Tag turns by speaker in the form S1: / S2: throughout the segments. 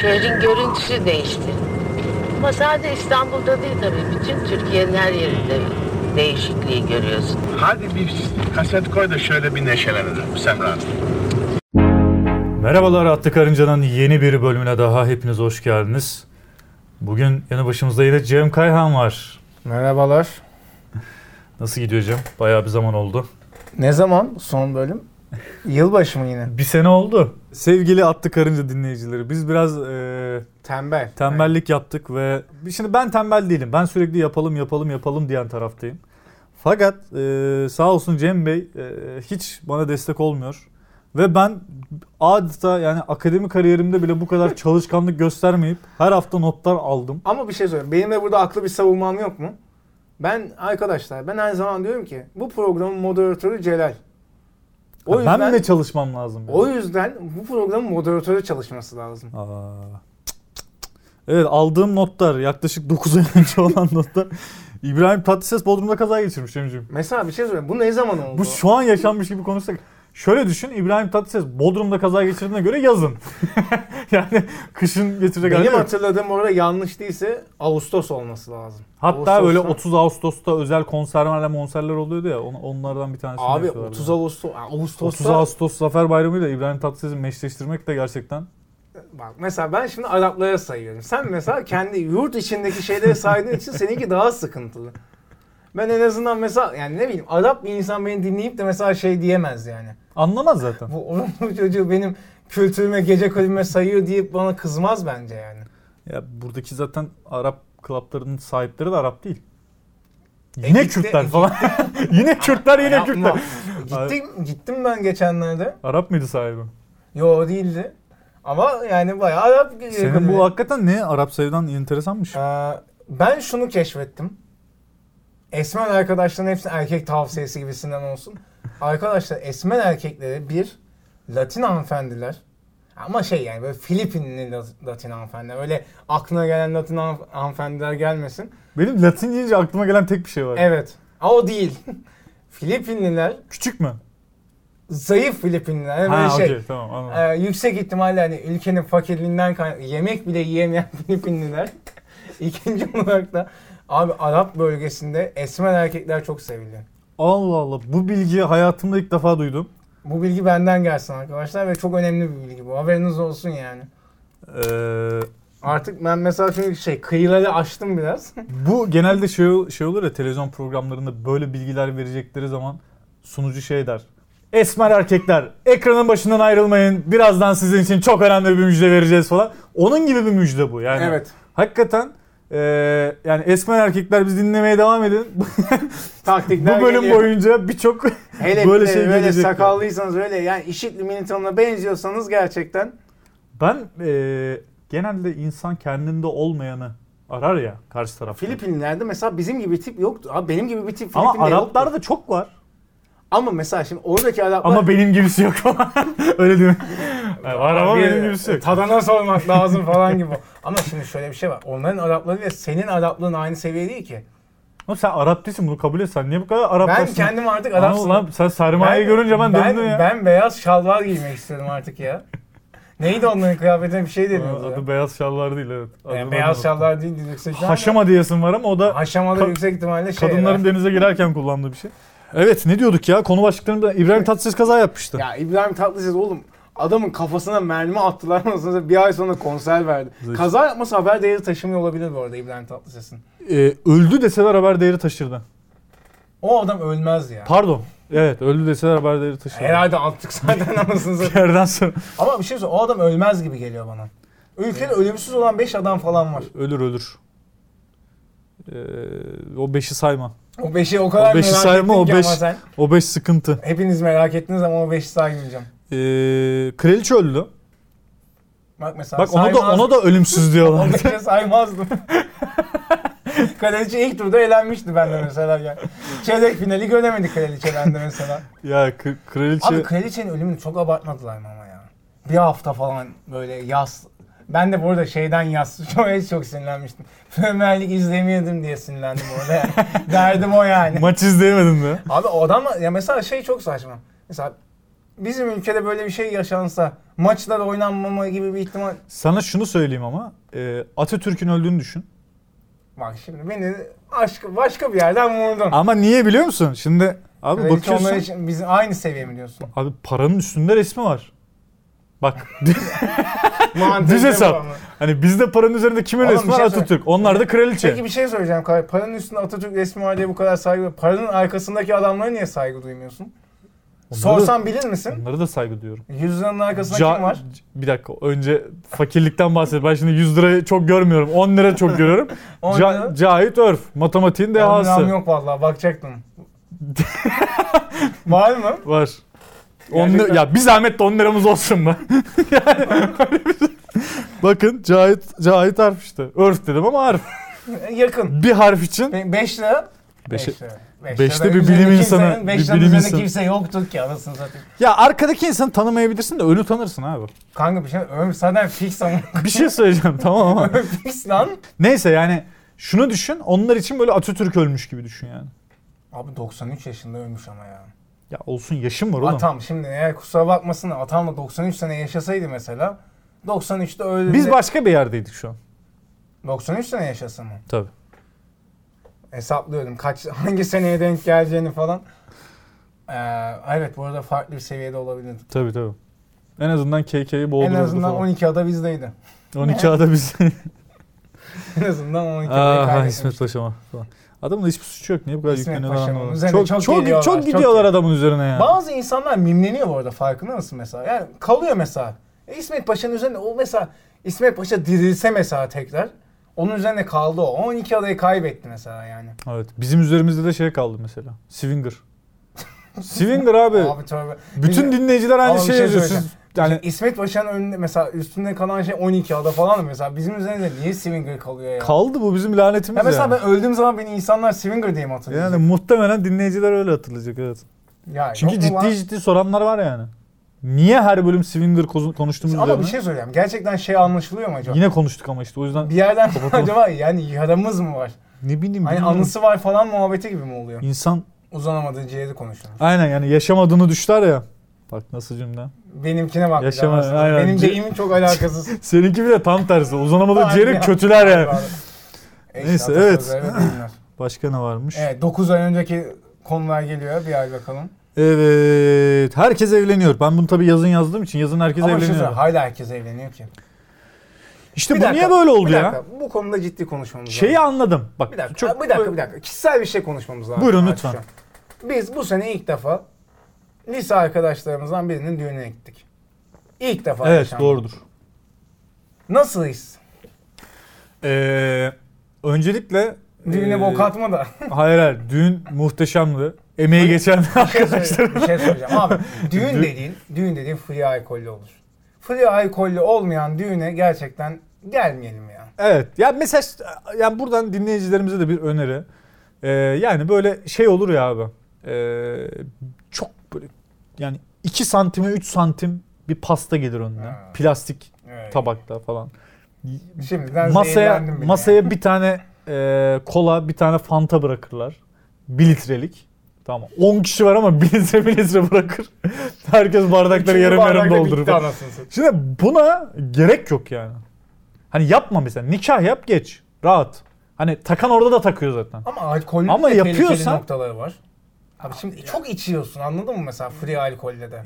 S1: Şehrin görüntüsü değişti. Ama sadece İstanbul'da değil tabii. Bütün Türkiye'nin her yerinde değişikliği görüyorsun.
S2: Hadi bir kaset koy da şöyle bir neşelenelim Semra Hanım.
S3: Merhabalar Atlı Karınca'nın yeni bir bölümüne daha hepiniz hoş geldiniz. Bugün yanı başımızda yine Cem Kayhan var.
S4: Merhabalar.
S3: Nasıl gidiyor Cem? Bayağı bir zaman oldu.
S4: Ne zaman son bölüm? Yılbaşı mı yine?
S3: Bir sene oldu. Sevgili Atlı Karınca dinleyicileri biz biraz e,
S4: Tembel.
S3: tembellik yaptık ve şimdi ben tembel değilim. Ben sürekli yapalım yapalım yapalım diyen taraftayım. Fakat e, sağ olsun Cem Bey e, hiç bana destek olmuyor. Ve ben adeta yani akademi kariyerimde bile bu kadar çalışkanlık göstermeyip her hafta notlar aldım.
S4: Ama bir şey söyleyeyim. Benim de burada aklı bir savunmam yok mu? Ben arkadaşlar ben her zaman diyorum ki bu programın moderatörü Celal. O
S3: ben
S4: yüzden
S3: mi de çalışmam lazım?
S4: o yüzden bu programın moderatörü çalışması lazım.
S3: Aa. Evet aldığım notlar yaklaşık 9 ay önce olan notlar. İbrahim Tatlıses Bodrum'da kaza geçirmiş Emciğim.
S4: Mesela bir şey söyleyeyim. Bu ne zaman oldu?
S3: Bu şu an yaşanmış gibi konuşsak. Şöyle düşün İbrahim Tatlıses Bodrum'da kaza geçirdiğine göre yazın. yani kışın geçirecek hali
S4: Benim
S3: yok.
S4: hatırladığım orada yanlış değilse Ağustos olması lazım.
S3: Hatta
S4: Ağustos'ta-
S3: böyle 30 Ağustos'ta özel konserlerle monserler oluyordu ya on- onlardan bir tanesi.
S4: Abi 30 Ağustos Ağustos'ta
S3: 30 Ağustos Zafer Bayramı ile İbrahim Tatlıses'i meşleştirmek de gerçekten
S4: Bak mesela ben şimdi Araplara sayıyorum. Sen mesela kendi yurt içindeki şeyleri saydığın için seninki daha sıkıntılı. Ben en azından mesela yani ne bileyim Arap bir insan beni dinleyip de mesela şey diyemez yani.
S3: anlamaz zaten.
S4: Bu olumlu çocuğu benim kültürüme gece kulübüme sayıyor deyip bana kızmaz bence yani.
S3: Ya buradaki zaten Arap klaplarının sahipleri de Arap değil. Yine
S4: gitti-
S3: Kürtler falan. yine Kürtler yine
S4: Yapma.
S3: Kürtler.
S4: Gittim, gittim ben geçenlerde.
S3: Arap mıydı sahibi?
S4: Yo değildi. Ama yani bayağı Arap. gece
S3: Senin
S4: kulübü.
S3: bu hakikaten ne Arap sevdan enteresanmış.
S4: Ee, ben şunu keşfettim. Esmer arkadaşların hepsini erkek tavsiyesi gibisinden olsun. Arkadaşlar esmer erkekleri bir Latin hanımefendiler ama şey yani böyle Filipinli La- Latin hanımefendiler. Öyle aklına gelen Latin hanım- hanımefendiler gelmesin.
S3: Benim Latin deyince aklıma gelen tek bir şey var.
S4: Evet. Ama o değil. Filipinliler,
S3: Küçük mü?
S4: zayıf Filipinliler. Böyle
S3: Ha
S4: şey.
S3: okey tamam anladım.
S4: Ee, yüksek ihtimalle hani ülkenin fakirliğinden kaynak- yemek bile yiyemeyen Filipinliler. İkinci olarak da abi Arap bölgesinde esmer erkekler çok seviliyor.
S3: Allah Allah bu bilgiyi hayatımda ilk defa duydum.
S4: Bu bilgi benden gelsin arkadaşlar ve çok önemli bir bilgi bu. Haberiniz olsun yani.
S3: Ee,
S4: Artık ben mesela çünkü şey kıyıları açtım biraz.
S3: bu genelde şey, şey olur ya televizyon programlarında böyle bilgiler verecekleri zaman sunucu şey der. Esmer erkekler ekranın başından ayrılmayın. Birazdan sizin için çok önemli bir müjde vereceğiz falan. Onun gibi bir müjde bu yani. Hakikaten e, yani esmer erkekler biz dinlemeye devam edin. bu
S4: Taktikler
S3: bölüm
S4: geliyor.
S3: boyunca birçok
S4: Hele
S3: böyle
S4: böyle,
S3: şey
S4: böyle
S3: gelecek.
S4: sakallıysanız öyle yani işitli militanına benziyorsanız gerçekten
S3: Ben e, genelde insan kendinde olmayanı arar ya karşı tarafta.
S4: Filipinlerde mesela bizim gibi tip yoktu. Abi benim gibi bir tip
S3: Ama
S4: Filipin'de yoktu.
S3: Araplarda çok var.
S4: Ama mesela şimdi oradaki Araplar
S3: Ama benim gibisi yok falan. Öyle değil mi? Yani var ama
S4: Bir
S3: benim gibisi yok.
S4: Tadana sormak lazım falan gibi. Ama şimdi şöyle bir şey var. Onların Arapları ile senin Araplığın aynı seviye değil ki.
S3: Oğlum sen Arap değilsin bunu kabul et. Sen niye bu kadar Arap
S4: ben
S3: dersin?
S4: kendim artık
S3: Anam
S4: Arap
S3: lan sen sermayeyi görünce ben,
S4: ben,
S3: döndüm ya.
S4: ben beyaz şalvar giymek istedim artık ya. Neydi onların kıyafetine bir şey
S3: Aa,
S4: deniyordu.
S3: Adı
S4: ya.
S3: beyaz şallar değil evet. Adını
S4: Yani
S3: ben
S4: beyaz
S3: de-
S4: şalvar değil yüksek ihtimalle-
S3: Haşama diyesin var ama o da
S4: Haşamada
S3: Ka-
S4: yüksek ihtimalle şey.
S3: kadınların
S4: ya.
S3: denize girerken kullandığı bir şey. Evet ne diyorduk ya konu başlıklarında İbrahim Tatlıses kaza yapmıştı.
S4: Ya İbrahim Tatlıses oğlum adamın kafasına mermi attılar nasıl bir ay sonra konser verdi.
S3: Zayıf.
S4: Kaza yapması haber değeri taşımıyor olabilir bu arada İbrahim Tatlıses'in.
S3: Ee, öldü deseler haber değeri taşırdı.
S4: O adam ölmez ya.
S3: Pardon. Evet öldü deseler haber değeri taşırdı.
S4: Herhalde attık zaten anasını
S3: Bir
S4: satayım.
S3: yerden sonra
S4: Ama bir şey söyleyeyim o adam ölmez gibi geliyor bana. Ülkede ölümsüz olan 5 adam falan var.
S3: ölür ölür. Ee, o beşi sayma.
S4: O 5'i o kadar
S3: O beşi
S4: merak
S3: sayma,
S4: ettin
S3: o
S4: ki
S3: beş-
S4: ama sen.
S3: O beş sıkıntı.
S4: Hepiniz merak ettiniz ama o 5'i saymayacağım.
S3: Ee, kraliçe öldü.
S4: Bak mesela
S3: Bak ona da ona da ölümsüz diyorlar.
S4: Oradakine saymazdım. Kaleci ilk turda elenmişti bende mesela. Yani. Çeyrek finali göremedik Kraliçe bende mesela.
S3: ya kr- kraliçe
S4: Abi Kraliçe'nin ölümünü çok abartmadılar mı ama ya? Bir hafta falan böyle yaz. Ben de burada şeyden yaz. Çok, hiç çok sinirlenmiştim. Premier Lig izlemiyordum diye sinirlendim orada. yani. Derdim o yani.
S3: maç izleyemedin mi?
S4: Abi o adam ya mesela şey çok saçma. Mesela bizim ülkede böyle bir şey yaşansa maçlar oynanmama gibi bir ihtimal
S3: Sana şunu söyleyeyim ama e, Atatürk'ün öldüğünü düşün.
S4: Bak şimdi beni aşk, başka bir yerden vurdun.
S3: Ama niye biliyor musun? Şimdi abi
S4: Kraliçe
S3: bakıyorsun.
S4: onlar için biz aynı seviye mi diyorsun?
S3: Abi paranın üstünde resmi var. Bak
S4: Mantıklı
S3: düz
S4: bu
S3: hesap.
S4: ama.
S3: Hani bizde paranın üzerinde kimin
S4: Oğlum,
S3: resmi
S4: bir
S3: var?
S4: şey söyle-
S3: Atatürk. Onlar da kraliçe.
S4: Peki bir şey söyleyeceğim Kay. Paranın üstünde Atatürk resmi var diye bu kadar saygı Paranın arkasındaki adamlara niye saygı duymuyorsun?
S3: Onları-
S4: Sorsan bilir misin?
S3: Onlara da saygı duyuyorum.
S4: Yüzünün arkasında
S3: Ca-
S4: kim var?
S3: c- Bir dakika önce fakirlikten bahset. Ben şimdi 100 lirayı çok görmüyorum. 10 lira çok görüyorum.
S4: On
S3: Ca-
S4: lira.
S3: Cahit Örf. Matematiğin
S4: Anlam
S3: dehası.
S4: yok vallahi bakacaktım. var mı?
S3: Var. On
S4: Gerçekten.
S3: lira- ya bir zahmet de 10 liramız olsun mu? yani, böyle bir şey. Bakın Cahit, Cahit Arf işte. Örf dedim ama Arf.
S4: Yakın.
S3: Bir harf için. şey-
S4: 5 lira.
S3: Beşe-
S4: Beş lira. Beş
S3: beşte
S4: lira
S3: bir
S4: üzerinde
S3: bilim
S4: kimsenin-
S3: insanı-
S4: beş
S3: bir
S4: lira
S3: bilim
S4: üzerinde
S3: insanı.
S4: kimse yoktur ki anasını satayım.
S3: Ya arkadaki insanı tanımayabilirsin de önü tanırsın abi.
S4: Kanka bir şey ömür zaten fix ama.
S3: Bir şey söyleyeceğim tamam ama.
S4: fix lan.
S3: Neyse yani şunu düşün. Onlar için böyle Atatürk ölmüş gibi düşün yani.
S4: Abi 93 yaşında ölmüş ama ya.
S3: Ya olsun yaşım var oğlum.
S4: Atam şimdi eğer kusura bakmasın da atam da 93 sene yaşasaydı mesela 93'te öldü.
S3: Biz
S4: de-
S3: başka bir yerdeydik şu an.
S4: 93 sene yaşasa mı?
S3: Tabii.
S4: Hesaplıyorum kaç hangi seneye denk geleceğini falan. Ee, evet bu arada farklı bir seviyede olabilir.
S3: Tabii tabii. En azından KK'yi
S4: En
S3: boğdururdu
S4: azından
S3: falan.
S4: 12 ada bizdeydi.
S3: 12 ada biz.
S4: en azından 12 adayı
S3: Aa
S4: kaybetmiş.
S3: İsmet Paşa'ma falan. Adamın da hiçbir suçu yok. Niye bu kadar
S4: İsmet
S3: yükleniyorlar
S4: Paşa'nın
S3: anlamadım.
S4: üzerine
S3: Çok,
S4: çok
S3: çok, çok,
S4: geliyorlar, çok
S3: gidiyorlar
S4: geliyor.
S3: adamın üzerine ya.
S4: Bazı insanlar mimleniyor bu arada farkında mısın mesela? Yani kalıyor mesela. E, İsmet Paşa'nın üzerinde o mesela İsmet Paşa dirilse mesela tekrar onun üzerine kaldı o. 12 adayı kaybetti mesela yani.
S3: Evet. Bizim üzerimizde de şey kaldı mesela. Swinger. Swinger abi.
S4: Abi tövbe.
S3: Bütün
S4: Bizim-
S3: dinleyiciler
S4: Ama
S3: aynı
S4: bir
S3: şeyi
S4: şey
S3: yazıyor. Siz-
S4: söyleyeceğim.
S3: yani
S4: İsmet Paşa'nın önünde mesela üstünde kalan şey 12 ada falan mesela bizim üzerinde niye Swinger kalıyor ya?
S3: kaldı bu bizim lanetimiz
S4: ya mesela
S3: yani.
S4: ben öldüğüm zaman beni insanlar Swinger diye mi hatırlayacak?
S3: Yani muhtemelen dinleyiciler öyle hatırlayacak evet.
S4: ya,
S3: Çünkü
S4: yok mu
S3: ciddi
S4: lan?
S3: ciddi soranlar var yani. Niye her bölüm Swinger kozu- konuştuğumuz
S4: Ama
S3: üzerine?
S4: bir şey söyleyeceğim. Gerçekten şey anlaşılıyor mu acaba?
S3: Yine konuştuk ama işte o yüzden
S4: bir yerden
S3: Kapatalım.
S4: acaba yani yaramız mı var?
S3: ne bileyim.
S4: Hani
S3: bilmiyorum.
S4: anısı var falan muhabbeti gibi mi oluyor?
S3: İnsan
S4: Uzanamadığı ciğeri konuşuyoruz.
S3: aynen yani yaşamadığını düşler ya. Bak nasıl cümle.
S4: Benimkine bak. bir
S3: Yaşama-
S4: daha aslında.
S3: aynen.
S4: Benim
S3: Ce-
S4: deyimin çok alakasız.
S3: Seninki bir de tam tersi. Uzanamadığı
S4: Aynen
S3: ciğeri
S4: ya.
S3: kötüler yani.
S4: Eşit
S3: Neyse,
S4: atasözleri
S3: evet.
S4: ve deyimler.
S3: Başka ne varmış? Evet.
S4: Evet 9 ay önceki konular geliyor. Bir ay bakalım.
S3: Herkes evleniyor. Ben bunu tabii yazın yazdığım için yazın herkes
S4: Ama şu
S3: evleniyor.
S4: sıra hala herkes evleniyor ki.
S3: işte
S4: Bir
S3: bu
S4: dakika,
S3: niye böyle oldu
S4: bir
S3: ya?
S4: dakika. Bu konuda ciddi konuşmamız
S3: Şeyi
S4: lazım.
S3: anladım. Bak
S4: Bir dakika,
S3: çok
S4: bir dakika, bir dakika. Kişisel bir şey konuşmamız lazım.
S3: Buyurun
S4: Hadi
S3: lütfen.
S4: şu an. Biz bu sene ilk defa lise arkadaşlarımızdan birinin düğününe gittik. İlk defa.
S3: Evet
S4: yaşandı.
S3: doğrudur.
S4: Nasıl his?
S3: Ee, öncelikle
S4: Düğüne
S3: ee,
S4: bok atma da.
S3: Hayır hayır. Düğün muhteşemdi. Emeği geçen arkadaşlar.
S4: bir şey söyleyeceğim. Abi düğün
S3: Dü-
S4: dediğin, düğün dediğin free alkollü olur. Free alkollü olmayan düğüne gerçekten gelmeyelim ya.
S3: evet. Ya mesela işte, yani buradan dinleyicilerimize de bir öneri. Ee, yani böyle şey olur ya abi. Ee, çok böyle yani 2 santime 3 santim bir pasta gelir önüne.
S4: Ha.
S3: Plastik
S4: Evet.
S3: tabakta falan.
S4: Şimdiden
S3: masaya
S4: zehirlendim bile
S3: masaya
S4: yani.
S3: bir tane e, kola, bir tane fanta bırakırlar. 1 litrelik. Tamam. 10 kişi var ama 1 litre 1 litre bırakır. Herkes bardakları
S4: Üçüncü
S3: yarım
S4: bardak
S3: yarım
S4: da
S3: doldurur.
S4: bitti anasını satayım.
S3: Şimdi buna gerek yok yani. Hani yapma mesela. Nikah yap geç. Rahat. Hani takan orada da takıyor zaten.
S4: Ama alkolün
S3: Ama
S4: de tehlikeli
S3: yapıyorsan-
S4: noktaları var. Abi şimdi çok içiyorsun anladın mı mesela free alkolle de.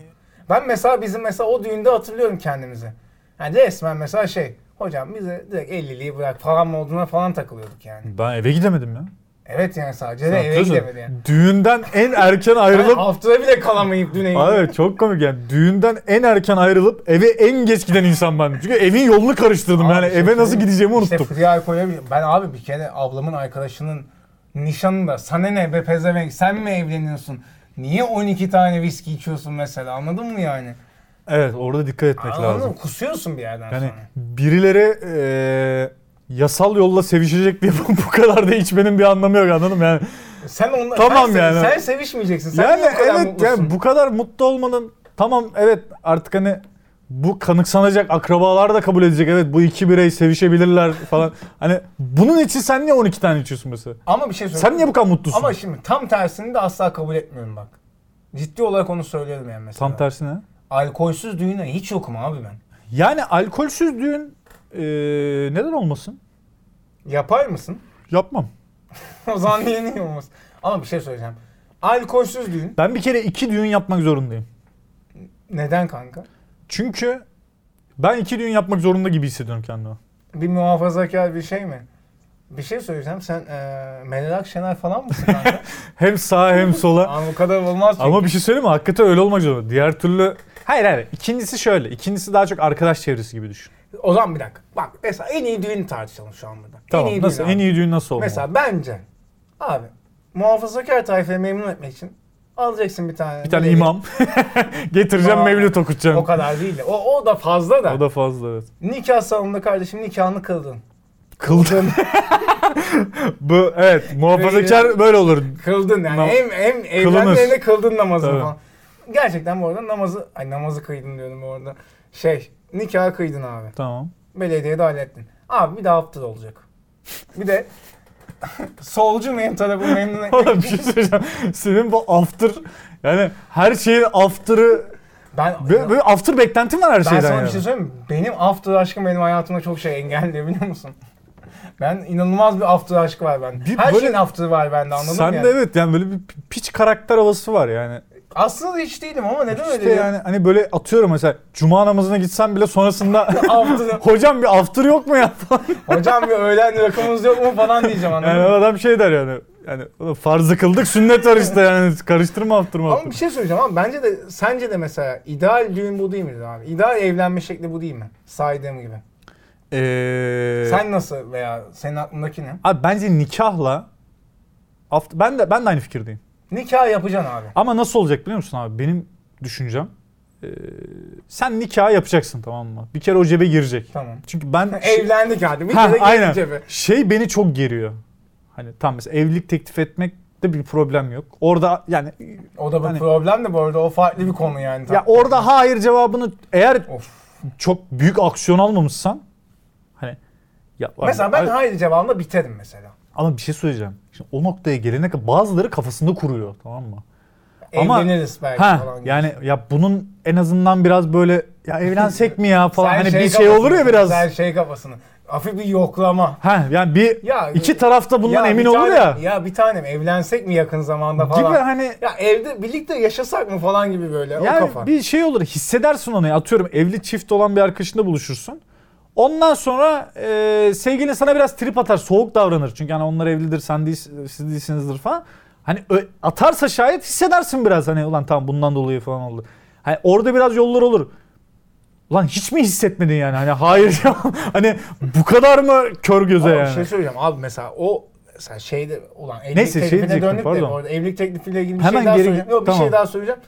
S4: Ben mesela bizim mesela o düğünde hatırlıyorum kendimizi. Yani resmen mesela şey hocam bize direkt 50'liği bırak falan moduna falan takılıyorduk yani.
S3: Ben eve gidemedim ya.
S4: Evet yani sadece
S3: Ne
S4: de eve
S3: yapıyorsun?
S4: gidemedi yani.
S3: Düğünden en erken
S4: Yani
S3: ayrılıp...
S4: haftada bile kalamayıp düğüne gittim.
S3: Abi çok komik yani. Düğünden en erken ayrılıp eve en geç giden insan ben. Çünkü evin yolunu karıştırdım
S4: Abi
S3: yani.
S4: işte
S3: eve nasıl
S4: free-
S3: gideceğimi unuttum.
S4: İşte free alkolle bir- ben abi bir kere ablamın arkadaşının nişanında sana ne be pezevenk sen mi evleniyorsun? Niye 12 tane viski içiyorsun mesela anladın mı yani?
S3: Evet orada dikkat etmek
S4: Anladın
S3: lazım.
S4: mı? Kusuyorsun bir yerden
S3: Yani
S4: sonra.
S3: birileri eee, yasal yolla sevişecek diye bu kadar da içmenin bir anlamı yok anladın mı? Yani,
S4: Sen onunla
S3: Tamam
S4: sen, se-
S3: yani.
S4: Sen sevişmeyeceksin. Sen
S3: yani
S4: niye bu kadar
S3: evet
S4: mutlusun?
S3: yani bu kadar mutlu olmanın tamam evet artık hani bu kanıksanacak akrabalar da kabul edecek evet bu iki birey sevişebilirler falan. hani bunun için sen niye 12 tane içiyorsun mesela?
S4: Ama bir şey söyleyeyim.
S3: Sen niye bu kadar mutlusun?
S4: Ama şimdi tam tersini de asla kabul etmiyorum bak. Ciddi olarak onu söylüyorum yani mesela.
S3: Tam tersine.
S4: Alkolsüz düğüne hiç yokum abi ben.
S3: Yani alkolsüz düğün e, neden olmasın?
S4: Yapar mısın?
S3: Yapmam.
S4: o zaman niye niye olmaz? Ama bir şey söyleyeceğim. Alkolsüz düğün.
S3: Ben bir kere iki düğün yapmak zorundayım.
S4: Neden kanka?
S3: Çünkü ben iki düğün yapmak zorunda gibi hissediyorum kendimi.
S4: Bir muhafazakar bir şey mi? Bir şey söyleyeceğim. Sen eee Meral Akşener falan mısın kanka?
S3: Hem sağa hem sola.
S4: Ama bu kadar olmaz çünkü.
S3: Ama bir şey söyleyeyim mi? Hakikaten öyle olmak zorunda. Diğer türlü... Hayır hayır. İkincisi şöyle. İkincisi daha çok arkadaş çevresi gibi düşün.
S4: O zaman bir dakika. Bak mesela en iyi düğünü tartışalım şu an burada. en
S3: Tamam.
S4: iyi
S3: Nasıl?
S4: düğün
S3: En
S4: abi.
S3: iyi düğün nasıl olmalı?
S4: Mesela bence abi muhafazakar tayfayı memnun etmek için alacaksın bir tane.
S3: bir tane
S4: levi.
S3: imam. Getireceğim
S4: Aa,
S3: mevlüt
S4: O
S3: okutacağım.
S4: kadar değil de. O, o da fazla da.
S3: O da fazla evet.
S4: Nikah salonunda kardeşim nikahını kıldın.
S3: Kıldın. Bu evet muhafazakar böyle olur.
S4: Kıldın yani.
S3: Nam-
S4: hem hem
S3: Kılınır.
S4: evlenmeyle kıldın namazını
S3: Tabii.
S4: falan. Gerçekten bu arada namazı, ay namazı kıydın diyorum bu arada. Şey, nikahı kıydın abi.
S3: Tamam.
S4: Belediyede hallettin. Abi bir daha aptal olacak. Bir de solcu muyum tarafı memnun etmek
S3: Oğlum bir
S4: için.
S3: şey söyleyeceğim. Senin bu after yani her şeyin after'ı
S4: Ben,
S3: böyle, böyle after beklentin var her
S4: ben
S3: şeyden
S4: sana
S3: yani.
S4: bir şey söyleyeyim mi? Benim after aşkım benim hayatımda çok şey engelliyor biliyor musun? Ben inanılmaz bir after aşkı var bende.
S3: Bir
S4: Her
S3: böyle-
S4: şeyin after'ı var bende anladın
S3: Sen
S4: mı yani?
S3: de evet yani böyle bir piç karakter havası var yani.
S4: Aslında hiç değilim ama neden öyle?
S3: İşte yani hani böyle atıyorum mesela cuma namazına gitsen bile sonrasında
S4: After,
S3: hocam bir after yok mu ya falan.
S4: hocam bir öğlen rakımız yok mu falan diyeceğim anladın
S3: Yani
S4: mı?
S3: adam şey der yani yani "Oğlum farzı kıldık sünnet var işte yani karıştırma after mı
S4: Ama bir
S3: after.
S4: şey söyleyeceğim ama bence de sence de mesela ideal düğün bu değil mi abi? İdeal evlenme şekli bu değil mi? Saydığım gibi.
S3: Ee,
S4: Sen nasıl veya senin aklındaki ne?
S3: Abi bence nikahla after, ben de ben de aynı fikirdeyim.
S4: Nikah yapacaksın abi.
S3: Ama nasıl olacak biliyor musun abi? Benim düşüncem ee, sen nikah yapacaksın tamam mı? Bir kere o cebe girecek.
S4: Tamam.
S3: Çünkü ben
S4: Evlendik hadi. Bir
S3: Ha,
S4: kere
S3: aynen.
S4: aynen. cebi.
S3: Şey beni çok geriyor. Hani tam mesela evlilik teklif etmekte bir problem yok. Orada yani
S4: O da bir
S3: Hani-
S4: problem de bu arada o farklı bir konu yani.
S3: ya orada hayır cevabını eğer
S4: Of.
S3: çok büyük aksiyon almamışsan hani ya
S4: Mesela ben hayır cevabında biterim mesela.
S3: ama bir şey söyleyeceğim. Şimdi o noktaya gelene kadar bazıları kafasında kuruyor tamam mı? Ama-
S4: Evleniriz belki
S3: Ha
S4: falan. gibi.
S3: yani ya bunun en azından biraz böyle ya evlensek mi ya falan
S4: Sen
S3: hani bir şey
S4: kafasını-
S3: olur ya biraz.
S4: Sen şey kafasını. Hafif bir yoklama.
S3: Ha yani bir
S4: Ya-
S3: iki tarafta bundan
S4: bir
S3: emin
S4: tanem-
S3: olur ya.
S4: Ya bir tanem evlensek mi yakın zamanda falan.
S3: Gibi hani
S4: Ya evde birlikte yaşasak mı falan gibi böyle o
S3: Yani
S4: kafa.
S3: bir şey olur hissedersin onu ya. atıyorum evli çift olan bir arkadaşınla buluşursun. Ondan sonra e, sevgilin sana biraz trip atar soğuk davranır çünkü hani onlar evlidir sen değil, siz değilsinizdir falan. Hani ö- atarsa şayet hissedersin biraz hani ulan tamam bundan dolayı falan oldu. Hani orada biraz yollar olur. Ulan hiç mi hissetmedin yani hani hayır ya hani bu kadar mı kör göze
S4: Ama bir
S3: yani.
S4: şey söyleyeceğim abi mesela o mesela şeyde olan evlilik
S3: Neyse, şey
S4: teklifine
S3: diyecektim,
S4: döndük de
S3: pardon.
S4: orada evlilik teklifiyle ilgili bir
S3: Hemen
S4: şey daha
S3: geri-
S4: söyleyeceğim. Yok bir
S3: tamam.
S4: şey daha söyleyeceğim.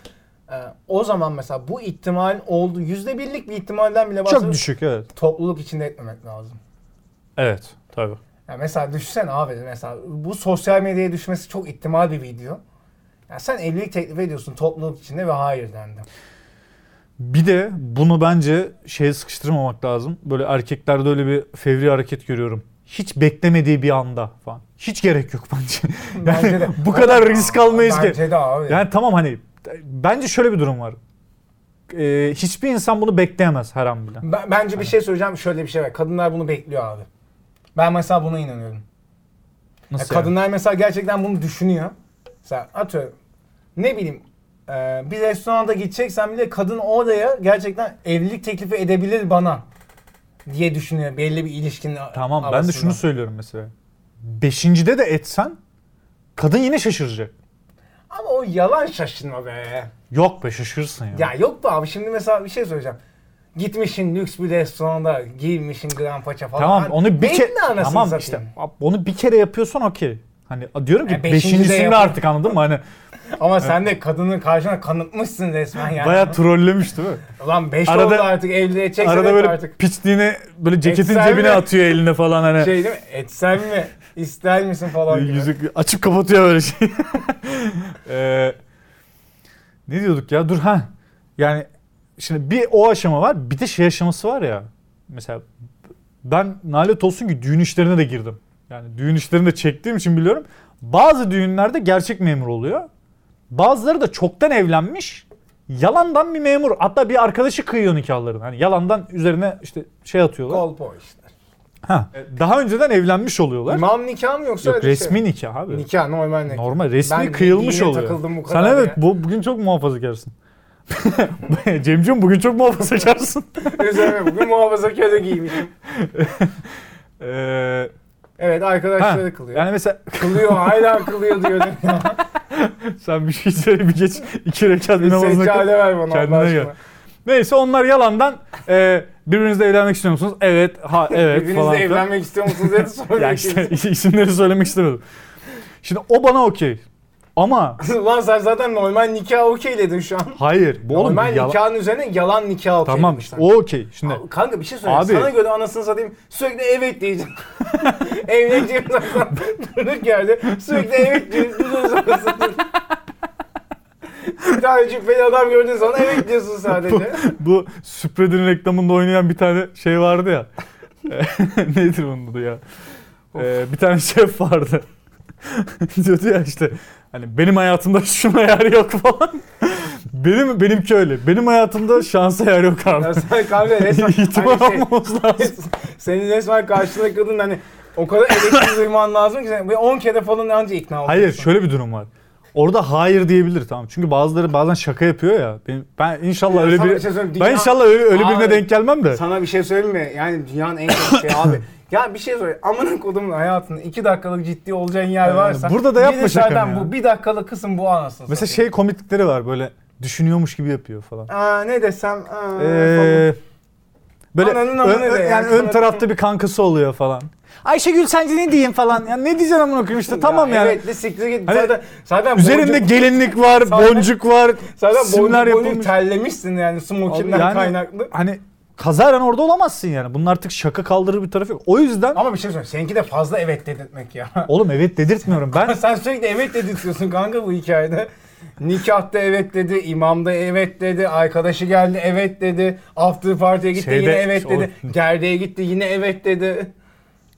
S4: Ee, o zaman mesela bu ihtimal oldu. Yüzde birlik bir ihtimalden bile bahsediyoruz.
S3: Çok düşük evet.
S4: Topluluk içinde etmemek lazım.
S3: Evet tabii.
S4: Ya mesela düşünsen abi mesela bu sosyal medyaya düşmesi çok ihtimal bir video. Ya sen evlilik teklif ediyorsun topluluk içinde ve hayır dendi.
S3: Bir de bunu bence şeye sıkıştırmamak lazım. Böyle erkeklerde öyle bir fevri hareket görüyorum. Hiç beklemediği bir anda falan. Hiç gerek yok bence. Yani
S4: Bence de.
S3: bu kadar risk almayız ki.
S4: Bence de abi.
S3: Yani tamam hani bence şöyle bir durum var. Ee, hiçbir insan bunu bekleyemez her an bile.
S4: Ben- bence bir şey söyleyeceğim. Şöyle bir şey var. Kadınlar bunu bekliyor abi. Ben mesela buna inanıyorum. Ya
S3: Nasıl yani?
S4: kadınlar mesela gerçekten bunu düşünüyor. Mesela atıyorum ne bileyim e, bir restoranda gideceksen bile kadın oraya gerçekten evlilik teklifi edebilir bana diye düşünüyor belli bir ilişkinin a-
S3: Tamam ben de
S4: arasında.
S3: şunu söylüyorum mesela. Beşincide de etsen kadın yine şaşıracak.
S4: Ama o yalan şaşırma be.
S3: Yok be şaşırırsın ya.
S4: Ya yok be abi şimdi mesela bir şey söyleyeceğim. Gitmişsin lüks bir restoranda giymişsin gram paça falan.
S3: Tamam onu bir
S4: Belli
S3: kere
S4: anasını
S3: tamam
S4: satayım.
S3: işte onu bir kere yapıyorsan okey. Hani diyorum ki
S4: Yani beşinci de
S3: beşincisinde
S4: yapın.
S3: artık anladın mı? Hani
S4: Ama sen de kadının karşına kanıtmışsın resmen yani.
S3: bayağı trollemiş değil mi?
S4: Ulan 5
S3: Arada-
S4: oldu artık evliliğe çeksene
S3: Arada böyle
S4: artık.
S3: piçliğini böyle ceketin
S4: Etsel
S3: cebine
S4: mi?
S3: atıyor eline falan hani.
S4: şey değil mi? Etsen mi? İster misin falan gibi.
S3: yüzük açıp kapatıyor böyle şey. Ee, ne diyorduk ya? Dur ha. Yani şimdi bir o aşama var, bir de şey aşaması var ya. Mesela ben nalet olsun ki düğün işlerine de girdim. Yani düğün işlerini de çektiğim için biliyorum. Bazı düğünlerde gerçek memur oluyor. Bazıları da çoktan evlenmiş. Yalandan bir memur. Hatta bir arkadaşı kıyıyor nikahlarını. Hani yalandan üzerine işte şey atıyorlar.
S4: Kolpo işte.
S3: Ha. Daha önceden evlenmiş oluyorlar.
S4: İmam nikahı mı yoksa
S3: Yok
S4: öyle
S3: resmi
S4: şey?
S3: nikah abi.
S4: Nikah normal nikah.
S3: Normal resmi
S4: Ben
S3: kıyılmış
S4: dine
S3: oluyor.
S4: takıldım bu
S3: Sen
S4: kadar
S3: evet
S4: ya.
S3: bu bugün çok muhafazakarsın. Cemcim bugün çok muhafazakarsın.
S4: Üzerime bugün muhafazakar da giymişim.
S3: Ee,
S4: Evet
S3: ha,
S4: arkadaşları kılıyor.
S3: yani mesela
S4: Kılıyor hala kılıyor diyor.
S3: sen bir şey söyle bir geç iki rekat bir namazına kıl.
S4: Seccade ver bana
S3: Kendine
S4: Allah
S3: gel.
S4: aşkına.
S3: Neyse onlar yalandan e, birbirinizle evlenmek istiyor musunuz? Evet, ha evet falan.
S4: Birbirinizle
S3: filan.
S4: evlenmek istiyor musunuz dedi sonra.
S3: Ya işte isimleri söylemek istemedim. Şimdi o bana okey. Ama
S4: Lan sen zaten normal nikah okey dedin şu an.
S3: hayır. Bu oğlum
S4: normal
S3: bir yalan.
S4: nikahın üzerine yalan nikah okey
S3: Tamam
S4: demişler.
S3: o okey. Şimdi
S4: Abi, Kanka bir şey söyleyeyim.
S3: Abi-
S4: Sana göre anasını satayım sürekli evet diyeceğim. Evleneceğim zaten. Durduk yerde sürekli evet diyorsun. bir tane cübbeli adam gördüğün zaman evet diyorsun
S3: bu,
S4: sadece.
S3: bu Spread'in reklamında oynayan bir tane şey vardı ya. Nedir onun adı ya? Ee, bir tane şef vardı. Diyordu ya işte hani benim hayatımda şuna yer yok falan. benim benimki öyle. Benim hayatımda şansa yer yok
S4: Ya
S3: abi.
S4: sen kanka resmen
S3: İtibar
S4: hani şey-
S3: almamız lazım.
S4: senin resmen karşındaki kadın hani o kadar elektrik duyman lazım ki sen bir 10 kere falan anca ikna oluyorsun.
S3: Hayır şöyle bir durum var. Orada hayır diyebilir tamam. Çünkü bazıları bazen şaka yapıyor ya. Benim, ben inşallah
S4: Ya
S3: öyle
S4: sana
S3: bir
S4: bir şey söyleyeyim,
S3: ben
S4: dünya-
S3: inşallah öyle, öyle birine
S4: Abi,
S3: denk gelmem de.
S4: Sana bir şey söyleyeyim mi? Yani dünyanın en kötü şeyi abi. Ya bir şey söyle. Amına kodumun hayatında 2 dakikalık ciddi olacağın yer
S3: Ee,
S4: varsa.
S3: burada da yapma
S4: gidin
S3: şakanı
S4: zaten
S3: ya.
S4: Bu 1 dakikalık kısım bu anasını
S3: Mesela
S4: satayım.
S3: şey komiklikleri var böyle düşünüyormuş gibi yapıyor falan.
S4: Aa, ne desem. Aa, falan.
S3: şey- Ee, böyle
S4: Ananın
S3: ö-
S4: amına
S3: ö-
S4: de
S3: yani,
S4: yani.
S3: ön tarafta bir kankası oluyor falan. Ayşegül sence ne diyeyim falan. Ya ne diyeceğim amına koyayım işte tamam yani.
S4: Evet de siktir git.
S3: Hani
S4: zaten, zaten
S3: Üzerinde
S4: boncuk-
S3: gelinlik var,
S4: Zaten-
S3: boncuk var,
S4: Zaten
S3: simler
S4: boncuk boncuk
S3: yapılmış.
S4: terlemişsin yani smokinden
S3: Abi yani-
S4: kaynaklı.
S3: Hani kazaran orada olamazsın yani. Bunun artık şaka kaldırır bir tarafı yok. O yüzden
S4: Ama bir şey söyleyeyim. Seninki de fazla evet dedirtmek ya.
S3: oğlum evet dedirtmiyorum ben.
S4: Sen sürekli evet dedirtiyorsun kanka bu hikayede. Nikahta evet dedi, imamda evet dedi, arkadaşı geldi evet dedi, after party'ye gitti
S3: Şeyde-
S4: yine evet dedi,
S3: o-
S4: gerdeğe gitti yine evet dedi.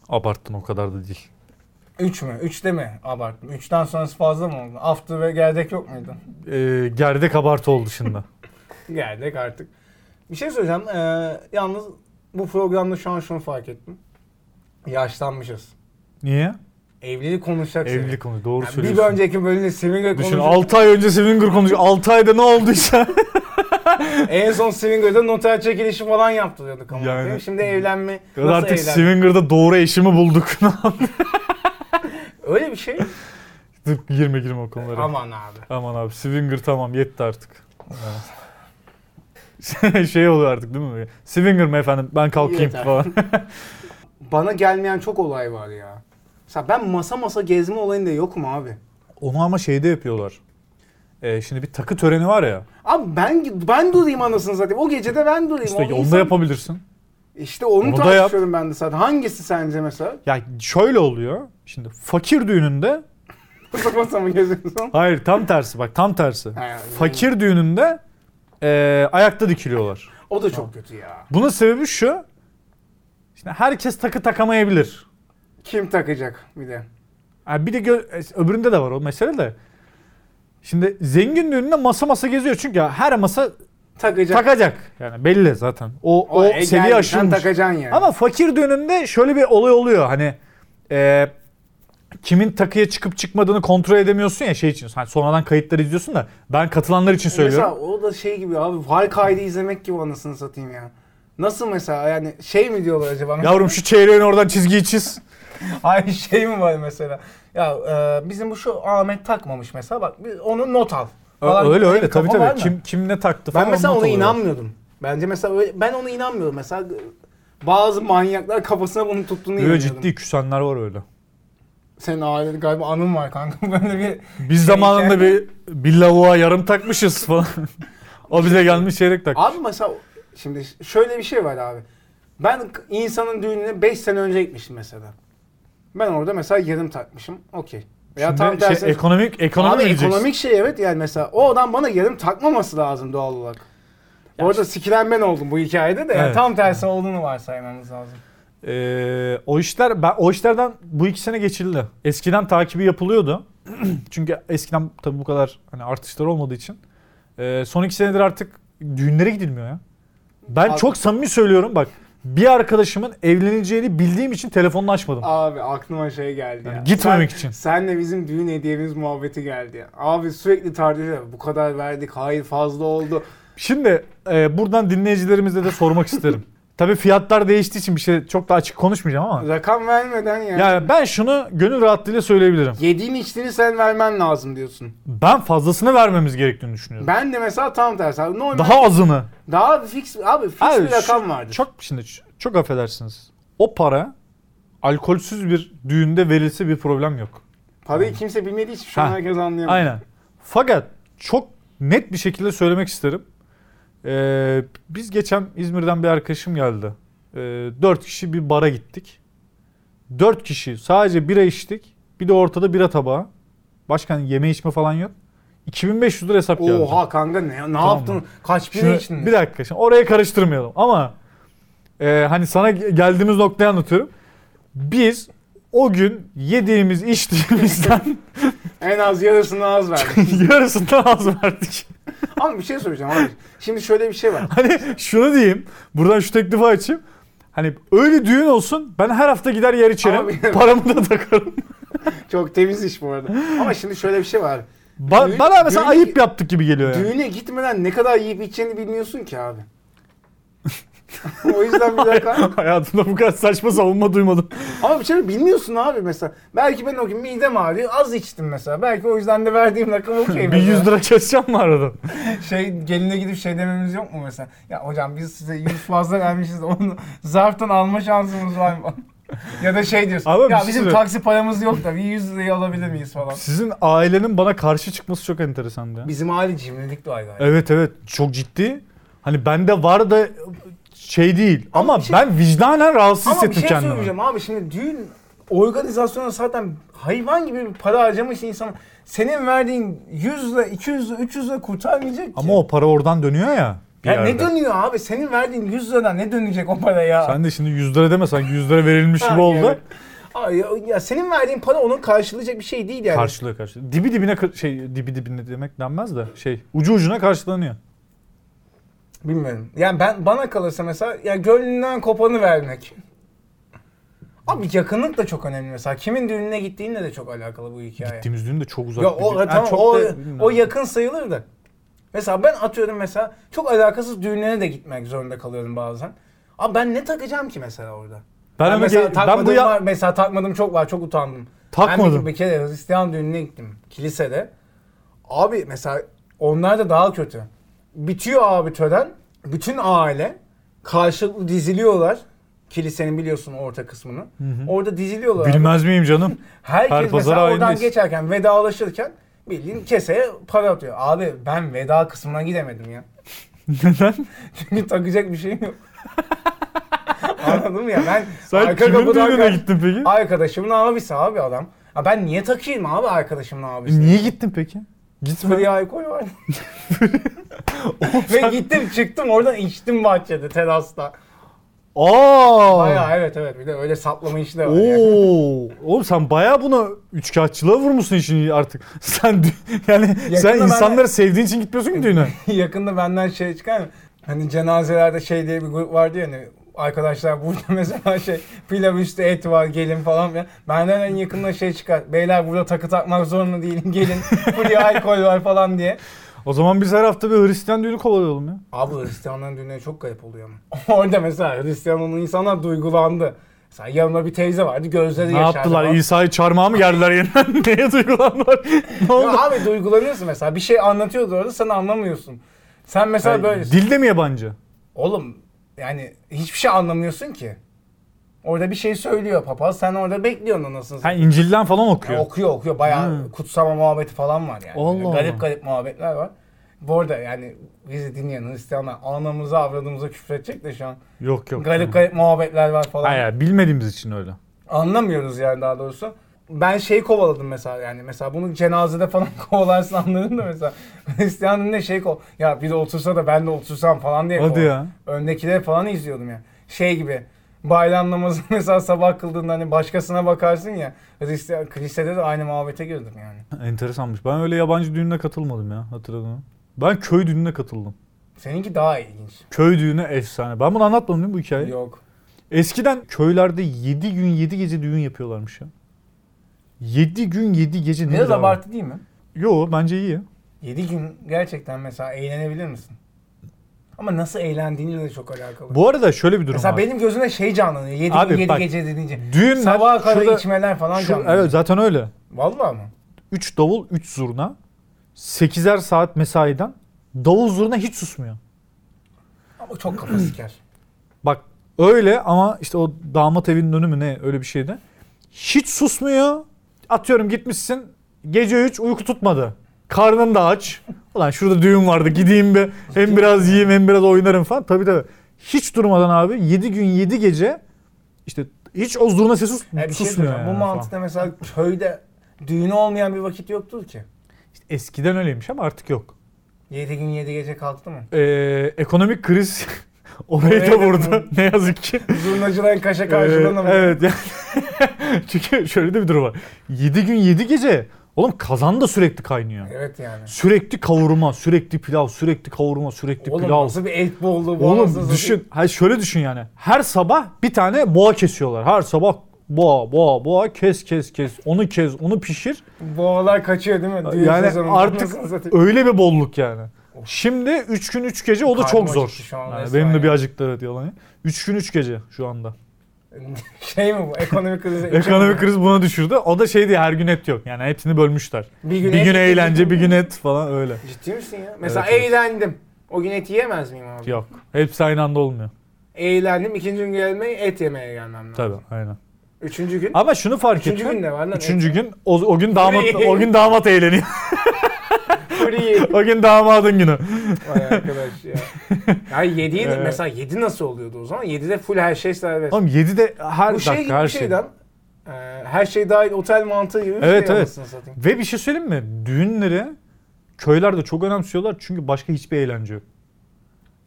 S3: Abarttın o kadar da değil.
S4: Üç mü? Üçte mi abarttım? Üçten sonrası fazla mı oldu? After ve gerdek yok muydu?
S3: Ee, gerdek abartı oldu şimdi.
S4: Gerdek artık. Bir şey söyleyeceğim. Ee, yalnız bu programda şu an şunu fark ettim. Yaşlanmışız.
S3: Niye?
S4: Evlilik konuşacak.
S3: Evlilik konu doğru
S4: Yani bir
S3: söylüyorsun.
S4: önceki bölümde Swinger'ı
S3: E Düşün
S4: konuştuk.
S3: 6 ay önce Swinger konuşuyor. 6 ayda ne olduysa.
S4: En son Swinger'da noter çekilişi falan yaptırıyorduk ama.
S3: Yani-
S4: Yani, Şimdi evlenme
S3: Ya da
S4: nasıl
S3: artık
S4: evlen?
S3: Swinger'da doğru eşimi bulduk.
S4: Öyle bir şey.
S3: Dur, girme girme o konulara.
S4: Aman abi.
S3: Aman abi Swinger tamam yetti artık. Şey- şey oluyor artık değil mi? Swinger mi efendim ben kalkayım
S4: Yeter.
S3: falan.
S4: Bana gelmeyen çok olay var ya. Mesela ben masa masa gezme olayında yokum abi.
S3: Onu ama şeyde yapıyorlar. Ee, şimdi bir takı töreni var ya.
S4: Abi ben ben durayım anasını satayım. O gecede ben durayım.
S3: İşte
S4: Şey, O
S3: onda
S4: insan-
S3: yapabilirsin.
S4: İşte onu,
S3: Onu da yap.
S4: tartışıyorum ben de zaten. Hangisi sence mesela?
S3: Ya şöyle oluyor. Şimdi fakir düğününde
S4: Masa masa mı geziyorsun?
S3: Hayır tam tersi bak tam tersi.
S4: Ha,
S3: Fakir düğününde eee, ayakta dikiliyorlar.
S4: O da çok kötü ya.
S3: Bunun sebebi şu. Şimdi herkes takı takamayabilir.
S4: Kim takacak bir de?
S3: Yani bir de gö- öbüründe de var o mesele de. Şimdi zengin düğününde masa masa geziyor çünkü her masa
S4: Takacak.
S3: takacak. Yani belli zaten. O, o,
S4: e, geldi,
S3: seviye
S4: Sen
S3: aşılmış.
S4: takacaksın yani.
S3: Ama fakir düğününde şöyle bir olay oluyor hani e, kimin takıya çıkıp çıkmadığını kontrol edemiyorsun ya şey için. Hani sonradan kayıtları izliyorsun da ben katılanlar için söylüyorum.
S4: E, Mesela o da şey gibi abi far kaydı izlemek gibi anasını satayım ya. Nasıl mesela yani şey mi diyorlar acaba?
S3: Yavrum şu çeyreğin oradan çizgiyi çiz.
S4: Ay şey mi var mesela? Ya e, bizim bu şu Ahmet takmamış mesela bak bir onu not al. falan.
S3: öyle
S4: Benim
S3: öyle tabii
S4: kafam var
S3: tabii.
S4: mı?
S3: Kim, kim ne taktı falan.
S4: Ben mesela
S3: not
S4: ona
S3: oluyor.
S4: inanmıyordum. Bence mesela öyle- ben ona inanmıyorum mesela e, bazı manyaklar kafasına bunu tuttuğunu
S3: Böyle
S4: inanıyordum.
S3: ciddi küsenler var öyle.
S4: Senin ailede galiba anın var kanka böyle bir
S3: Biz
S4: Şey,
S3: zamanında
S4: şey-
S3: bir bir lavuğa yarım takmışız falan. o bize gelmiş çeyrek tak.
S4: Abi mesela şimdi şöyle bir şey var abi. Ben k- insanın düğününe 5 sene önce gitmiştim mesela. Ben orada mesela yarım takmışım. Okey. Veya
S3: Şimdi
S4: tam
S3: şey,
S4: tersi.
S3: ekonomik ekonomi
S4: abi
S3: diyeceksin.
S4: ekonomik şey evet yani mesela o adam bana yarım takmaması lazım doğal olarak. Orada sikilen ben oldum bu hikayede de yani
S3: Evet.
S4: tam tersi olduğunu varsaymamız lazım.
S3: Ee, o işler ben o işlerden bu iki sene geçildi. Eskiden takibi yapılıyordu. Çünkü eskiden tabii bu kadar hani artışlar olmadığı için e, son iki senedir artık düğünlere gidilmiyor ya. Ben
S4: Abi-
S3: çok samimi söylüyorum bak. Bir arkadaşımın evleneceğini bildiğim için telefonunu açmadım.
S4: Abi aklıma şey geldi ya.
S3: Yani gitmemek
S4: Sen-
S3: için.
S4: Senle bizim düğün hediyemiz muhabbeti geldi ya. Abi sürekli tartışıyor. Bu kadar verdik. Hayır fazla oldu.
S3: Şimdi e, buradan dinleyicilerimize de sormak isterim. Tabii fiyatlar değiştiği için bir şey çok da açık konuşmayacağım ama.
S4: Rakam vermeden yani.
S3: Yani ben şunu gönül rahatlığıyla söyleyebilirim.
S4: Yediğini içtiğini sen vermen lazım diyorsun.
S3: Ben fazlasını vermemiz gerektiğini düşünüyorum.
S4: Ben de mesela tam tersi. Abi, normal, daha,
S3: Daha azını.
S4: daha fix, abi fix
S3: Abi
S4: bir
S3: şu-
S4: rakam vardı.
S3: Çok şimdi ç- çok affedersiniz. O para alkolsüz bir düğünde verilse bir problem yok.
S4: Parayı kimse bilmediği için şu an
S3: Ha,
S4: herkes anlayamıyor.
S3: Aynen. Fakat çok net bir şekilde söylemek isterim. Ee, biz geçen İzmir'den bir arkadaşım geldi. Ee, dört kişi bir bara gittik. Dört kişi sadece bira içtik. Bir de ortada bira tabağı. Başka hani yeme içme falan yok. 2500 lira hesap geldi.
S4: Oha kanka ne, ne yaptın? Kaç
S3: Şimdi
S4: bira içtin?
S3: bir dakika şimdi oraya karıştırmayalım ama e, hani sana ge- geldiğimiz noktayı anlatıyorum. Biz o gün yediğimiz içtiğimizden
S4: En az yarısını az verdin.
S3: yarısından az verdik.
S4: Ama bir şey söyleyeceğim abi. Şimdi şöyle bir şey var.
S3: Hani şunu diyeyim buradan şu teklifi açayım. Hani öyle düğün olsun ben her hafta gider yer içerim
S4: Abi-
S3: paramı da takarım.
S4: Çok temiz iş bu arada. Ama şimdi şöyle bir şey var.
S3: Ba-
S4: Düğün-
S3: bana mesela
S4: düğün-
S3: ayıp yaptık gibi geliyor yani.
S4: Düğüne gitmeden ne kadar yiyip içeceğini bilmiyorsun ki abi. o yüzden bir dakika.
S3: Hayatımda bu kadar saçma savunma duymadım.
S4: Ama bir şey bilmiyorsun abi mesela. Belki ben o gün midem ağrıyor az içtim mesela. Belki o yüzden de verdiğim rakam okey.
S3: Bir 100 lira keseceğim mi arada?
S4: Şey geline gidip şey dememiz yok mu mesela? Ya hocam biz size 100 fazla vermişiz onu zarftan alma şansımız var mı? ya da şey diyorsun.
S3: Ama bir
S4: ya
S3: şey
S4: bizim
S3: söyleyeyim.
S4: taksi paramız yok da bir 100 lirayı alabilir miyiz falan.
S3: Sizin ailenin bana karşı çıkması çok enteresandı ya.
S4: Bizim aile cimrilik doğaydı.
S3: Evet evet çok ciddi. Hani bende var da şey değil ama,
S4: Ama bir şey-
S3: ben vicdanen rahatsız
S4: Ama bir
S3: hissettim
S4: şey
S3: kendimi.
S4: söyleyeceğim abi şimdi düğün organizasyona zaten hayvan gibi bir para harcamış insan. Senin verdiğin 100 lira, 200 lira, 300 lira kurtarmayacak ki.
S3: Ama o para oradan dönüyor ya. bir
S4: ya ne
S3: yerde.
S4: dönüyor abi? Senin verdiğin 100 liradan ne dönecek o para ya?
S3: Sen de şimdi 100 lira deme sanki 100 lira verilmiş
S4: Ha,
S3: gibi oldu.
S4: evet. Ay, ya, ya senin verdiğin para onun karşılayacak bir şey değil yani.
S3: Karşılığı karşılığı. Dibi dibine kır- şey dibi dibine demek denmez de şey ucu ucuna karşılanıyor.
S4: Bilmiyorum. Yani ben bana kalırsa mesela ya gönlünden kopanı vermek. Abi yakınlık da çok önemli mesela. Kimin düğününe gittiğinle de çok alakalı bu hikaye.
S3: Gittiğimiz düğün de çok uzak.
S4: Ya
S3: bir
S4: o
S3: düğün. Yani
S4: tamam,
S3: çok
S4: o,
S3: da- bilmiyorum.
S4: o yakın sayılır da. Mesela ben atıyorum mesela çok alakasız düğünlere de gitmek zorunda kalıyorum bazen. Abi ben ne takacağım ki mesela orada?
S3: ben,
S4: Ben,
S3: ama
S4: mesela
S3: ge- ben
S4: takmadığım
S3: bu ya-
S4: var, mesela takmadım çok var çok utandım.
S3: Takmadın.
S4: Ben bir, bir kere Hristiyan düğününe gittim kilisede. Abi mesela onlar da daha kötü. Bitiyor abi tören. Bütün aile karşılıklı diziliyorlar. Kilisenin biliyorsun orta kısmını. Orada diziliyorlar. abi.
S3: bilmez miyim canım?
S4: Herkes
S3: Her pazar
S4: mesela oradan
S3: aynıyız.
S4: geçerken vedalaşırken bildiğin keseye para atıyor. Abi ben veda kısmına gidemedim ya.
S3: Neden?
S4: Çünkü takacak bir şeyim yok. Anladın mı ya? Ben
S3: Sen
S4: arka
S3: kimin
S4: kapıdan
S3: düğününe
S4: gel-
S3: gittin peki?
S4: Arkadaşımın abisi abi adam. Ha ben niye takayım abi arkadaşımın abisi?
S3: Niye gittin peki? Gitme.
S4: Free alkol var. Ve gittim çıktım oradan içtim bahçede terasta.
S3: Aa!
S4: Bayağı evet evet bir de öyle saplama işi de var. yani.
S3: Oo, oğlum sen bayağı buna üçkağıtçılığa vurmuşsun işini artık. Sen dü- yani sen
S4: ben-
S3: insanları sevdiğin için gitmiyorsun ki düğüne.
S4: Yakında benden şey çıkar mı? Hani cenazelerde şey diye bir grup vardı ya hani arkadaşlar burada mesela şey pilav üstü et var gelin falan filan. Benden en yakında şey çıkar. Beyler burada takı takmak zorunda değilim gelin. Buraya alkol var falan diye.
S3: O zaman biz her hafta bir Hristiyan düğünü kovalayalım ya.
S4: Abi Hristiyanların düğünleri çok garip oluyor ama. Orada mesela Hristiyan olan insanlar duygulandı. Mesela yanımda bir teyze vardı gözleri
S3: Ne
S4: yaşardı.
S3: yaptılar?
S4: falan.
S3: İsa'yı çarmıha mı gerdiler yeniden? Neye duygulandılar? ne oldu?
S4: Ya abi duygulanıyorsun mesela. Bir şey anlatıyordu orada sen anlamıyorsun. Sen mesela böylesin.
S3: Dilde mi yabancı?
S4: Oğlum yani hiçbir şey anlamıyorsun ki. Orada bir şey söylüyor papaz. Sen orada bekliyorsun anasını.
S3: Ha
S4: satayım.
S3: İncil'den falan okuyor.
S4: Ya okuyor okuyor. Bayağı
S3: Hmm.
S4: kutsama muhabbeti falan var yani.
S3: Allah
S4: Böyle garip
S3: Allah.
S4: garip muhabbetler var. Bu arada yani bizi dinleyen Hristiyanlar anamıza avradımıza küfredecek de şu an.
S3: Yok yok.
S4: garip garip muhabbetler var falan.
S3: Ha ya, bilmediğimiz için öyle.
S4: Anlamıyoruz yani daha doğrusu. Ben şeyi kovaladım mesela yani mesela bunu cenazede falan kovalarsın anladın da mesela Hristiyan'ın ne şey kov ya biri otursa da ben de otursam falan diye
S3: Hadi
S4: kovalar.
S3: ya.
S4: Öndekileri falan izliyordum ya. Şey gibi bayram namazını mesela sabah kıldığında hani başkasına bakarsın ya. Hriste- Kilisede de aynı muhabbete girdim yani.
S3: Enteresanmış. Ben öyle yabancı düğününe katılmadım ya hatırladın mı? Ben köy düğününe katıldım.
S4: Seninki daha ilginç.
S3: Köy düğünü efsane. Ben bunu anlatmadım değil mi bu hikayeyi?
S4: Yok.
S3: Eskiden köylerde 7 gün 7 gece düğün yapıyorlarmış ya. 7 gün 7 gece nedir
S4: Biraz
S3: abi?
S4: abartı değil mi?
S3: Yo bence iyi.
S4: 7 gün gerçekten mesela eğlenebilir misin? Ama nasıl eğlendiğinle de çok alakalı.
S3: Bu arada şöyle bir durum
S4: mesela
S3: var.
S4: benim gözümde şey canlanıyor. 7
S3: Abi
S4: gün 7
S3: bak,
S4: gece dediğince.
S3: Düğünler
S4: Sabaha kadar
S3: şurada-
S4: içmeler falan
S3: Şu-
S4: canlanıyor.
S3: evet zaten öyle.
S4: Vallahi mı?
S3: 3 davul 3 zurna 8'er saat mesaiden davul zurna hiç susmuyor.
S4: Ama çok
S3: Hmm.
S4: kafa siker.
S3: Bak öyle ama işte o damat evinin önü mü ne öyle bir şeydi. Hiç susmuyor. Atıyorum gitmişsin gece 3 uyku tutmadı. Karnın da aç. Ulan şurada düğün vardı gideyim bir hem biraz yiyeyim hem biraz oynarım falan. Tabii tabii. Hiç durmadan abi 7 gün 7 gece işte hiç o zurna sesi sus,
S4: Ya bir şey
S3: susmuyor.
S4: söyleyeceğim.
S3: yani
S4: Bu
S3: falan.
S4: mantıkta mesela köyde düğünü olmayan bir vakit yoktur ki.
S3: İşte eskiden öyleymiş ama artık yok.
S4: 7 gün 7 gece kalktı mı?
S3: Ee, ekonomik kriz orayı
S4: Oraya
S3: da
S4: da
S3: vurdu
S4: vurdu.
S3: ne yazık ki.
S4: Zurnacıların kaşa
S3: Ee,
S4: karşılığında mı?
S3: evet yani. Çünkü şöyle de bir durum var. 7 gün 7 gece oğlum kazan da sürekli kaynıyor.
S4: Evet yani.
S3: Sürekli kavurma, sürekli pilav, sürekli kavurma, sürekli
S4: Oğlum
S3: pilav.
S4: nasıl bir et boldu bu
S3: Oğlum
S4: anasını
S3: düşün. Hayır şöyle düşün yani. Her sabah bir tane boğa kesiyorlar. Her sabah boğa, boğa, boğa kes kes kes. Onu kes, onu pişir.
S4: satayım. Boğalar kaçıyor değil mi? Düğün
S3: Yani
S4: sezonunda
S3: artık
S4: anasını satayım.
S3: öyle bir bolluk yani. Şimdi 3 gün 3 gece o da
S4: Karnım
S3: çok zor.
S4: acıktı şu anda
S3: Yani
S4: Esra
S3: benim de
S4: ya.
S3: bir acıktı evet yalan. 3 gün 3 gece şu anda.
S4: şey mi bu? Ekonomik kriz.
S3: Ekonomik kriz buna düşürdü. O da şeydi her gün et yok. Yani hepsini bölmüşler.
S4: Bir
S3: Bir
S4: gün,
S3: gün,
S4: et-
S3: eğlence, bir gün et falan öyle.
S4: Ciddi misin ya? Mesela
S3: Evet, evet.
S4: eğlendim. O gün et yiyemez miyim abi?
S3: Yok. Hepsi aynı anda olmuyor.
S4: Eğlendim. ikinci gün gelmeye et yemeye gelmem lazım.
S3: Tabii aynen.
S4: Üçüncü gün.
S3: Ama şunu fark
S4: Üçüncü gün
S3: ettim.
S4: de var lan.
S3: Üçüncü gün o, o gün damat o gün damat eğleniyor.
S4: Free.
S3: o gün damadın günü.
S4: Vay arkadaş ya. Ya 7'yi de
S3: Evet.
S4: mesela 7 nasıl oluyordu o zaman? 7'de full her şey serbest.
S3: Oğlum 7'de her
S4: Bu şey gibi
S3: dakika her
S4: bir
S3: şey.
S4: şeyden. e, her şey dahil otel mantığı gibi bir
S3: Evet,
S4: şey
S3: evet.
S4: anasını satayım.
S3: Ve bir şey söyleyeyim mi? Düğünleri köylerde çok önemsiyorlar çünkü başka hiçbir eğlence yok.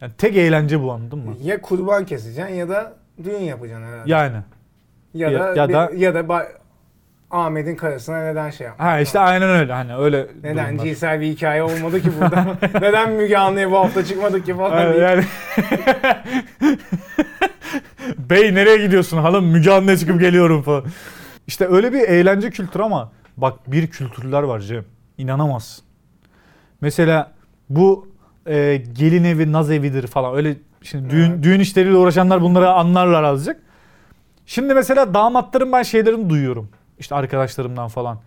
S3: Yani tek eğlence bu anladın mı?
S4: Ya kurban keseceksin ya da düğün yapacaksın herhalde. Ya,
S3: Yani. ya-
S4: da,
S3: ya
S4: bir-
S3: da-
S4: ya da ba- Ahmet'in karısına neden şey yapmadın?
S3: Ha işte aynen öyle hani öyle
S4: Neden
S3: durumlar.
S4: cinsel bir hikaye olmadı ki burada? Neden Müge Anlı'ya bu hafta çıkmadık ki falan
S3: Ha,
S4: diye.
S3: yani Bey nereye gidiyorsun hanım Müge Anlı'ya çıkıp geliyorum falan. İşte öyle bir eğlence kültürü ama bak bir kültürler var Cem. İnanamazsın. Mesela bu e, gelin evi, naz evidir falan öyle şimdi düğün, düğün işleriyle uğraşanlar bunları anlarlar azıcık. Şimdi mesela damatların ben şeylerini duyuyorum. İşte arkadaşlarımdan falan.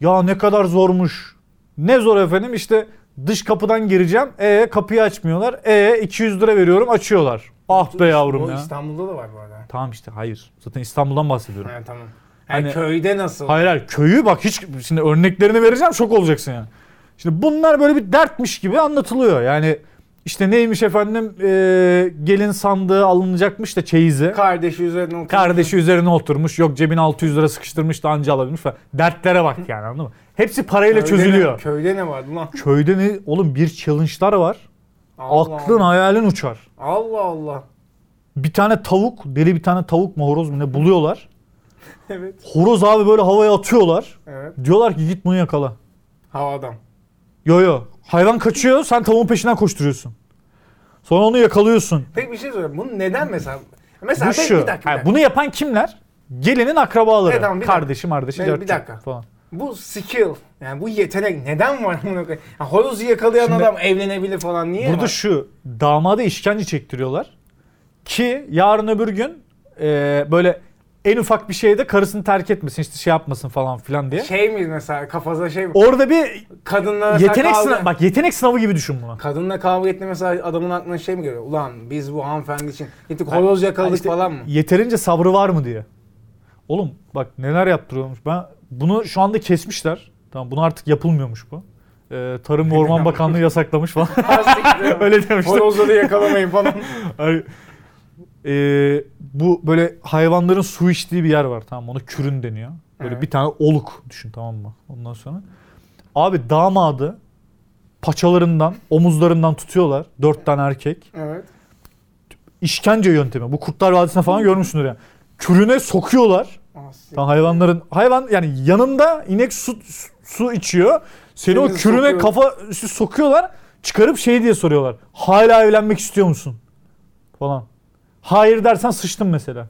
S3: Ya ne kadar zormuş. Ne zor efendim işte dış kapıdan gireceğim. E kapıyı açmıyorlar. E 200 lira veriyorum açıyorlar. Ah be yavrum
S4: O
S3: ya.
S4: İstanbul'da da var bu arada.
S3: Tamam işte hayır. Zaten İstanbul'dan bahsediyorum.
S4: Ha, tamam. Ha,
S3: Hani-
S4: köyde nasıl?
S3: Hayır hayır köyü bak hiç şimdi örneklerini vereceğim şok olacaksın yani. Şimdi bunlar böyle bir dertmiş gibi anlatılıyor. Yani işte neymiş efendim e, gelin sandığı alınacakmış da çeyizi.
S4: Kardeşi üzerine oturuyor.
S3: Kardeşi üzerine oturmuş. Yok cebine 600 lira sıkıştırmış da anca alabilmiş falan. Dertlere bak yani anladın mı? Hepsi parayla
S4: Köyde ne-
S3: çözülüyor.
S4: Köyde ne vardı lan?
S3: Köyde ne? Oğlum bir challenge'lar var.
S4: Allah
S3: Aklın hayalin uçar.
S4: Allah Allah.
S3: Bir tane tavuk, deli bir tane tavuk mu horoz mu ne buluyorlar.
S4: Evet.
S3: Horoz abi böyle havaya atıyorlar.
S4: Evet.
S3: Diyorlar ki git bunu yakala.
S4: Havadan.
S3: Yo yo. Hayvan kaçıyor sen tavuğun peşinden koşturuyorsun. Sonra onu yakalıyorsun.
S4: Peki bir şey sorayım. Bunu neden mesela? Mesela
S3: Bu
S4: peki
S3: şu.
S4: bir dakika.
S3: Ha,
S4: bir dakika.
S3: bunu yapan kimler? Gelinin akrabaları.
S4: Evet, tamam, bir dakika.
S3: kardeşi, kardeşi,
S4: Bir
S3: cartçı
S4: dakika.
S3: falan.
S4: Bu skill yani bu yetenek neden var? amına koyayım? Ya Horozu yakalayan adam evlenebilir falan niye?
S3: Burada
S4: var?
S3: şu damada işkence çektiriyorlar ki yarın öbür gün e, böyle en ufak bir şeyde karısını terk etmesin işte şey yapmasın falan filan diye.
S4: şey mi mesela kafasına şey mi?
S3: Orada bir
S4: Kadınla mesela
S3: yetenek
S4: kavga-
S3: sınavı bak yetenek sınavı gibi düşün bunu.
S4: Kadınla kavga ettiğinde mesela adamın aklına şey mi geliyor? Ulan biz bu hanımefendi için gittik horoz yakaladık
S3: İşte
S4: falan mı?
S3: Yeterince sabrı var mı diye. Oğlum bak neler yaptırıyormuş. Ben bunu şu anda kesmişler. Tamam bunu artık yapılmıyormuş bu. E, Tarım ve Orman Bakanlığı yasaklamış falan. Öyle şey- demişler.
S4: Horozları yakalamayın falan.
S3: Hayır. Ee, Hani, bu böyle hayvanların su içtiği bir yer var tamam mı? ona kürün deniyor. Böyle
S4: Evet.
S3: bir tane oluk düşün tamam mı? Ondan sonra. Abi damadı paçalarından, omuzlarından tutuyorlar. Dört tane erkek.
S4: evet.
S3: işkence yöntemi. Bu Kurtlar Vadisi'nde falan görmüşsündür yani. Kürüne sokuyorlar. Tam hayvanların hayvan yani yanında inek su, su- su içiyor. Seni o
S4: Seni
S3: kürüne
S4: sokuyor.
S3: kafa üstü sokuyorlar. Çıkarıp şey diye soruyorlar. Hala evlenmek istiyor musun? Falan. Hayır dersen sıçtın mesela.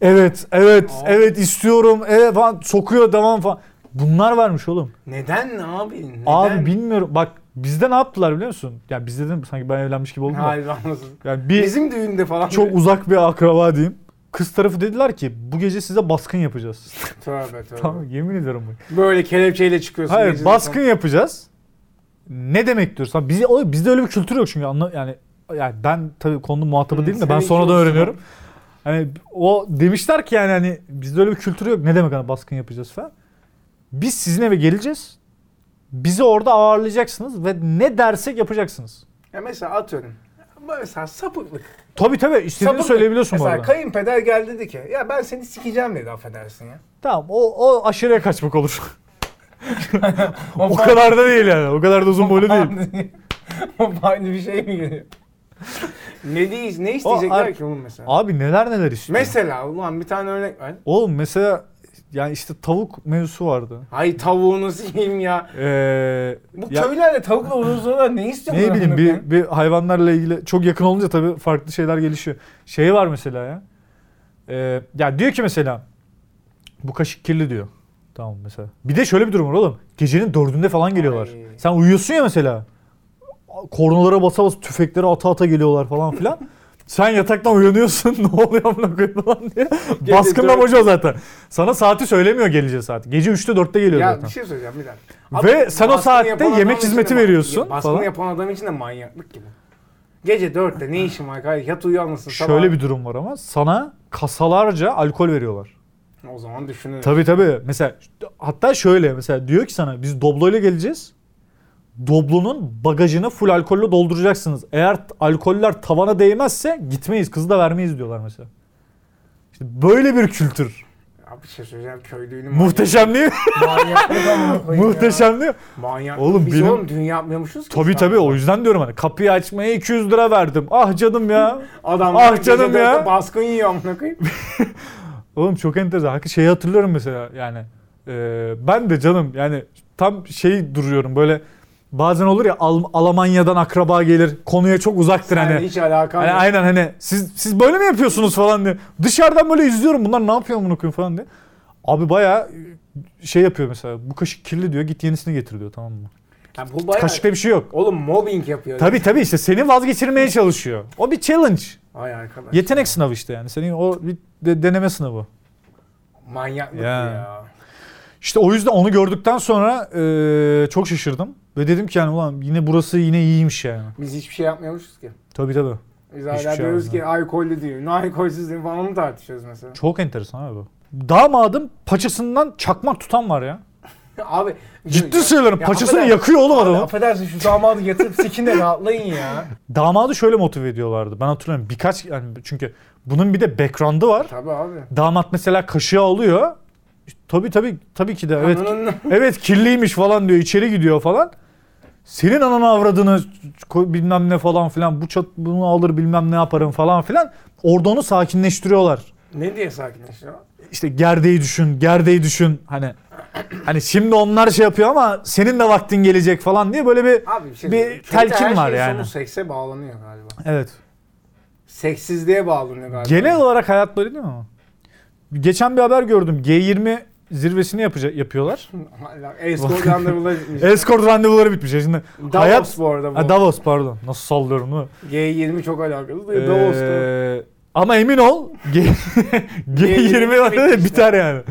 S3: Evet, evet, evet istiyorum. Evet falan sokuyor devam falan. Bunlar varmış oğlum.
S4: Neden abi? Neden?
S3: Abi bilmiyorum. Bak bizde ne yaptılar biliyor musun? Yani bizde de sanki ben evlenmiş gibi oldum da.
S4: Hayır anlasın.
S3: Yani bir
S4: Bizim düğünde falan.
S3: çok uzak bir akraba diyeyim. Kız tarafı dediler ki bu gece size baskın yapacağız.
S4: Tövbe tövbe.
S3: tamam yemin ediyorum bak.
S4: Böyle kelepçeyle çıkıyorsun.
S3: Hayır
S4: gecenin
S3: baskın yapacağız. Ne demek diyorsun? Tamam, Bizi, o- bizde öyle bir kültür yok çünkü anla, yani yani ben tabii konunun muhatabı
S4: Hı,
S3: değilim de ben
S4: seninki
S3: sonradan
S4: olsun
S3: öğreniyorum. Hani o demişler ki yani hani bizde öyle bir kültür yok. Ne demek hani baskın yapacağız falan. Biz sizin eve geleceğiz. Bizi orada ağırlayacaksınız ve ne dersek yapacaksınız.
S4: Ya mesela atıyorum. Mesela sapıklık.
S3: Tabii tabii istediğini
S4: Sapıklık.
S3: söyleyebiliyorsun bu
S4: Mesela
S3: arada.
S4: kayınpeder geldi dedi ki ya ben seni sikeceğim dedi affedersin ya.
S3: Tamam o, o aşırıya kaçmak olur. o
S4: fark-
S3: kadar da değil yani. O kadar da uzun boylu değil.
S4: o aynı bir şey mi geliyor? ne değil, ne isteyecekler
S3: ar-
S4: ki oğlum mesela?
S3: Abi neler neler istiyor.
S4: mesela ulan bir tane örnek ver.
S3: Oğlum mesela yani işte tavuk mevzusu vardı.
S4: Ay tavuğunu sikeyim ya.
S3: Ee,
S4: Bu
S3: ya-
S4: köylerde tavukla uğraşıyorlar ne istiyor
S3: ne bileyim bir, bir hayvanlarla ilgili çok yakın olunca tabii farklı şeyler gelişiyor. Şey var mesela ya. Ee, ya diyor ki mesela bu kaşık kirli diyor. Tamam mesela. Bir de şöyle bir durum var oğlum. Gecenin dördünde falan geliyorlar.
S4: Ay.
S3: Sen uyuyorsun ya mesela. Kornalara basa basa tüfekleri ata ata geliyorlar falan filan. Sen yataktan uyanıyorsun ne oluyor amına koyayım falan diye.
S4: Gece
S3: Baskın
S4: dört-
S3: amacı o zaten. Sana saati söylemiyor geleceği saati. Gece 3'te 4'te geliyor
S4: Ya
S3: zaten.
S4: bir şey söyleyeceğim bir dakika.
S3: Ve sen o
S4: baskını
S3: saatte
S4: yapan adam
S3: yemek
S4: için de
S3: hizmeti
S4: ma-
S3: veriyorsun
S4: Baskını
S3: falan.
S4: yapan adam için de manyaklık gibi. Gece dörtte ne işin var kardeşim? Yat uyu anasını
S3: Şöyle bir durum var ama sana kasalarca alkol veriyorlar.
S4: O zaman düşünün.
S3: Tabii tabii. Mesela hatta şöyle mesela diyor ki sana biz Doblo'yla geleceğiz. Doblo'nun bagajını full alkolle dolduracaksınız. Eğer t- alkoller tavana değmezse gitmeyiz. Kızı da vermeyiz diyorlar mesela. İşte böyle bir kültür.
S4: Abi bir şey söyleyeceğim köylüğünün
S3: Muhteşem değil mi?
S4: Manyaklık amına koyayım ya.
S3: Muhteşem değil mi?
S4: Manyak.
S3: Oğlum
S4: Biz
S3: benim-
S4: oğlum düğün yapmıyormuşuz ki.
S3: Tabii tabii o yüzden diyorum hani kapıyı açmaya 200 lira verdim. Ah canım ya.
S4: Adam
S3: Ah canım
S4: gece
S3: ya.
S4: dörtte Baskın yiyor amına koyayım.
S3: Oğlum çok enteresan. Hakikaten şeyi hatırlıyorum mesela yani. Ee, ben de canım yani tam şey duruyorum böyle bazen olur ya Al- Almanya'dan akraba gelir. Konuya çok uzaktır
S4: Yani,
S3: hani.
S4: hiç alakam
S3: Hani
S4: yok.
S3: aynen hani siz siz böyle mi yapıyorsunuz falan diye. Dışarıdan böyle izliyorum bunlar ne yapıyor bunu koyayım falan diye. Abi bayağı şey yapıyor mesela bu kaşık kirli diyor git yenisini getir diyor tamam mı?
S4: Ya bu bayağı...
S3: Kaşıkta bir şey yok.
S4: Oğlum mobbing yapıyor.
S3: Tabii tabii işte seni vazgeçirmeye çalışıyor. O bir challenge.
S4: Ay arkadaş.
S3: Yetenek sınavı işte yani. Senin o bir de- deneme sınavı.
S4: Manyaklık
S3: Ya.
S4: ya.
S3: İşte o yüzden onu gördükten sonra eee, çok şaşırdım. Ve dedim ki yani ulan yine burası yine iyiymiş yani.
S4: Biz hiçbir şey yapmıyormuşuz ki.
S3: Tabii tabii.
S4: Biz
S3: Hiçbir
S4: hala
S3: şey
S4: diyoruz ki
S3: yapmıyor.
S4: alkollü düğün, alkolsüz düğün falan mı tartışıyoruz mesela?
S3: Çok enteresan abi bu. Damadım paçasından çakmak tutan var ya.
S4: Abi
S3: Ciddi söylüyorum
S4: Ya
S3: paçasını
S4: affeder-
S3: yakıyor oğlum
S4: Abi,
S3: adamın.
S4: affedersin şu damadı yatırıp sikin de rahatlayın ya.
S3: Damadı şöyle motive ediyorlardı. Ben hatırlıyorum birkaç yani çünkü bunun bir de background'ı var.
S4: Tabii abi.
S3: Damat mesela kaşığı alıyor. Tabii tabii tabii ki de evet.
S4: Ananın-
S3: evet kirliymiş falan diyor içeri gidiyor falan. Senin ananı avradını koy- bilmem ne falan filan bu çat bunu alır bilmem ne yaparım falan filan. Orada onu sakinleştiriyorlar.
S4: ne diye sakinleşiyor?
S3: İşte gerdeği düşün, gerdeği düşün. Hani hani şimdi onlar şey yapıyor ama senin de vaktin gelecek falan diye böyle bir
S4: Abi bir şey
S3: Bir
S4: söyleyeyim. Köyde
S3: telkin
S4: her
S3: var
S4: şey
S3: yani.
S4: Sonu sekse bağlanıyor galiba.
S3: evet.
S4: Seksizliğe bağlanıyor galiba.
S3: Genel olarak hayat böyle değil mi? ama? Geçen bir haber gördüm. G20 zirvesini yapacak yapıyorlar.
S4: Escort randevular gitmiş.
S3: Escort randevuları bitmiş. Şimdi
S4: Davos
S3: hayat
S4: bu arada bu.
S3: Ha, Davos pardon. Nasıl sallıyorum değil mi?
S4: G20 çok alakalı.
S3: Ee,
S4: Ee... Davos'ta.
S3: ama emin ol G- G20 var ya,
S4: bitmiş
S3: biter yani.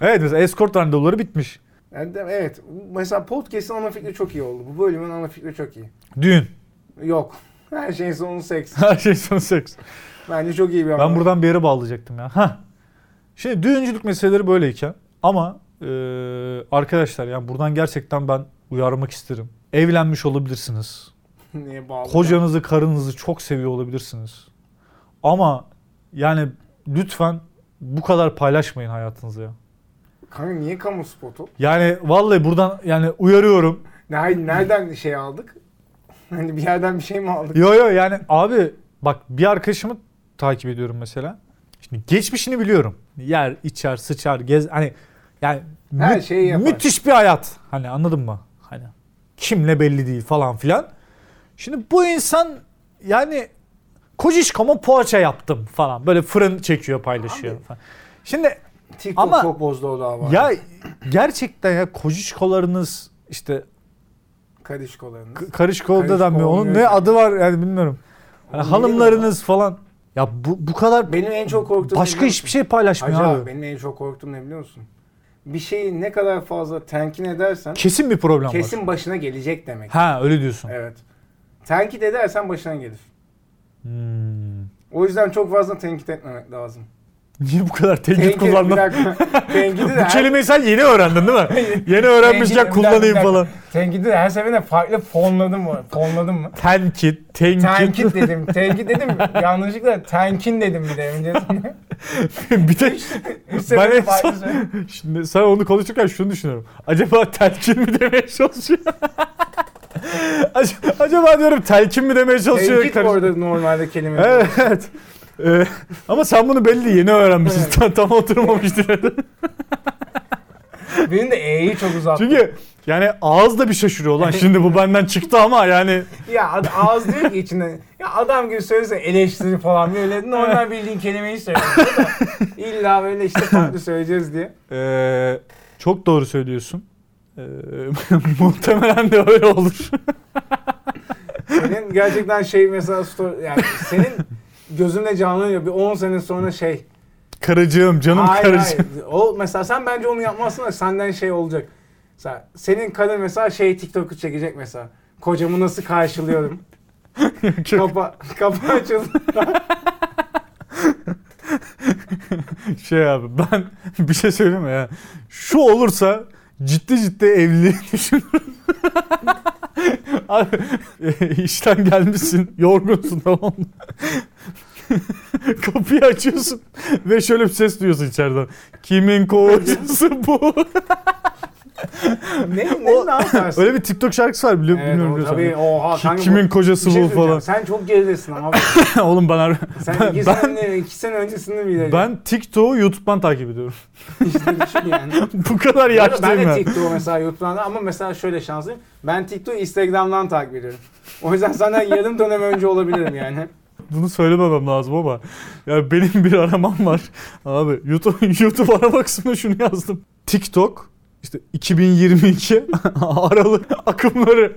S3: Evet mesela escort randevuları bitmiş.
S4: Yani de- evet. Mesela podcast'ın ana fikri çok iyi oldu. Bu bölümün ana fikri çok iyi.
S3: Düğün.
S4: Yok. Her şeyin sonu seks.
S3: Her şey son seks.
S4: Bence çok iyi bir
S3: Ben
S4: haber.
S3: buradan bir yere bağlayacaktım ya. Hah. Şimdi düğüncülük meseleleri böyleyken ama e, arkadaşlar yani buradan gerçekten ben uyarmak isterim. Evlenmiş olabilirsiniz.
S4: Niye bağlı?
S3: Kocanızı, karınızı çok seviyor olabilirsiniz. Ama yani lütfen bu kadar paylaşmayın hayatınızı ya.
S4: Kanka niye kamu spotu?
S3: Yani vallahi buradan yani uyarıyorum.
S4: Ne- Nereden şey aldık? Hani bir yerden bir şey mi aldık?
S3: Yo yo yani abi Bak bir arkadaşımı takip ediyorum mesela. Şimdi geçmişini biliyorum. Yer, içer, sıçar, gez. Hani yani
S4: Her
S3: mü-
S4: şeyi yapar.
S3: müthiş bir hayat. Hani anladın mı? Hani kimle belli değil falan filan. Şimdi bu insan yani kocişkama poğaça yaptım falan. Böyle fırın çekiyor paylaşıyor falan. Şimdi
S4: TikTok
S3: Ama-
S4: çok bozdu o dava.
S3: ya gerçekten ya kocişkolarınız işte
S4: Karışkolarını.
S3: K- Karışko da
S4: Karışko
S3: denmiyor. Onun
S4: olmuyor
S3: ne
S4: ki.
S3: adı var yani bilmiyorum. Yani
S4: Onu
S3: hanımlarınız falan. Ya bu bu kadar
S4: Benim en çok korktuğum...
S3: başka
S4: biliyor
S3: hiçbir şey paylaşmıyor
S4: Hacı abi,
S3: abi.
S4: benim en çok korktuğum ne biliyor musun? Bir şeyi ne kadar fazla tenkin edersen
S3: Kesin bir problem var.
S4: kesin başına gelecek demek.
S3: Ha öyle diyorsun.
S4: Evet. Tenkit edersen başına gelir.
S3: Hmm.
S4: O yüzden çok fazla tenkit etmemek lazım.
S3: Niye bu kadar tenkit
S4: Tenkit
S3: kullandın?
S4: bir dakika. Tenkidi de
S3: Bu kelimeyi sen yeni öğrendin değil mi? yeni öğrenmişken
S4: Tenkidi- bir dakika, bir
S3: kullanayım
S4: dakika.
S3: falan.
S4: Tenkidi de her seferinde farklı fonladım mı? Fonladım mı?
S3: Tenkit, tenkit.
S4: Tenkit dedim. Tenkit dedim. Yanlışlıkla tenkin dedim bir de öncesinde.
S3: bir de
S4: Üç
S3: ben
S4: sefer
S3: en
S4: farklı
S3: son,
S4: söyle-
S3: şimdi sen onu konuşurken şunu düşünüyorum. Acaba telkin mi demeye çalışıyor? Ac- acaba diyorum telkin mi demeye çalışıyor?
S4: Tenkit bu
S3: Karış-
S4: arada normalde kelime.
S3: Evet. Ee, ama sen bunu belli yeni öğrenmişsin.
S4: Evet.
S3: tam, tam oturmamıştın.
S4: Benim de E'yi çok uzattım.
S3: Çünkü yani ağız da bir şaşırıyor lan. Şimdi bu benden çıktı ama yani
S4: Ya ad- ağız diyor ki içinden. Ya adam gibi söylese eleştiri falan böyle. Normal bildiğin kelimeyi söylüyor. da İlla böyle işte farklı söyleyeceğiz diye.
S3: ee, çok doğru söylüyorsun. Ee, muhtemelen de öyle olur.
S4: Senin gerçekten şey mesela story, yani senin gözümle canlanıyor. Bir 10 sene sonra şey.
S3: Karıcığım, canım
S4: Hayır,
S3: karıcığım.
S4: hayır. O mesela sen bence onu yapmazsın da senden şey olacak. Mesela senin kadın mesela şey TikTok'u çekecek mesela. Kocamı nasıl karşılıyorum?
S3: Çok-
S4: Kapa, kapı açıldı.
S3: Şey abi ben bir şey söyleyeyim mi ya? Şu olursa ciddi ciddi evliliği düşünürüm. abi e, işten gelmişsin, yorgunsun tamam mı? Kapıyı açıyorsun ve şöyle bir ses duyuyorsun içeriden. Kimin kocası bu?
S4: ne, ne,
S3: O-
S4: ne yaparsın?
S3: Öyle bir TikTok şarkısı var biliyor,
S4: Evet,
S3: bilmiyorum
S4: o
S3: biliyorsun.
S4: tabii, oha,
S3: Ki-
S4: kanka bu-
S3: kimin
S4: Bir
S3: kocası
S4: şey
S3: bu
S4: söyleyeceğim.
S3: falan.
S4: Sen çok geridesin abi.
S3: Oğlum ben har-
S4: Sen
S3: Ben-
S4: iki,
S3: ben-
S4: sene, iki sene öncesini bileceksin.
S3: ben TikTok'u YouTube'dan takip ediyorum.
S4: İşte düşün yani.
S3: Bu kadar
S4: Bu arada
S3: yaşlıyım
S4: ben de
S3: ben.
S4: TikTok'u mesela YouTube'dan da- ama mesela şöyle şanslıyım. Ben TikTok'u Instagram'dan takip ediyorum. O yüzden senden yarım dönem önce olabilirim yani.
S3: Bunu söylememem lazım ama ya benim bir aramam var. Abi YouTube YouTube arama kısmına şunu yazdım. TikTok işte 2022 Aralık akımları.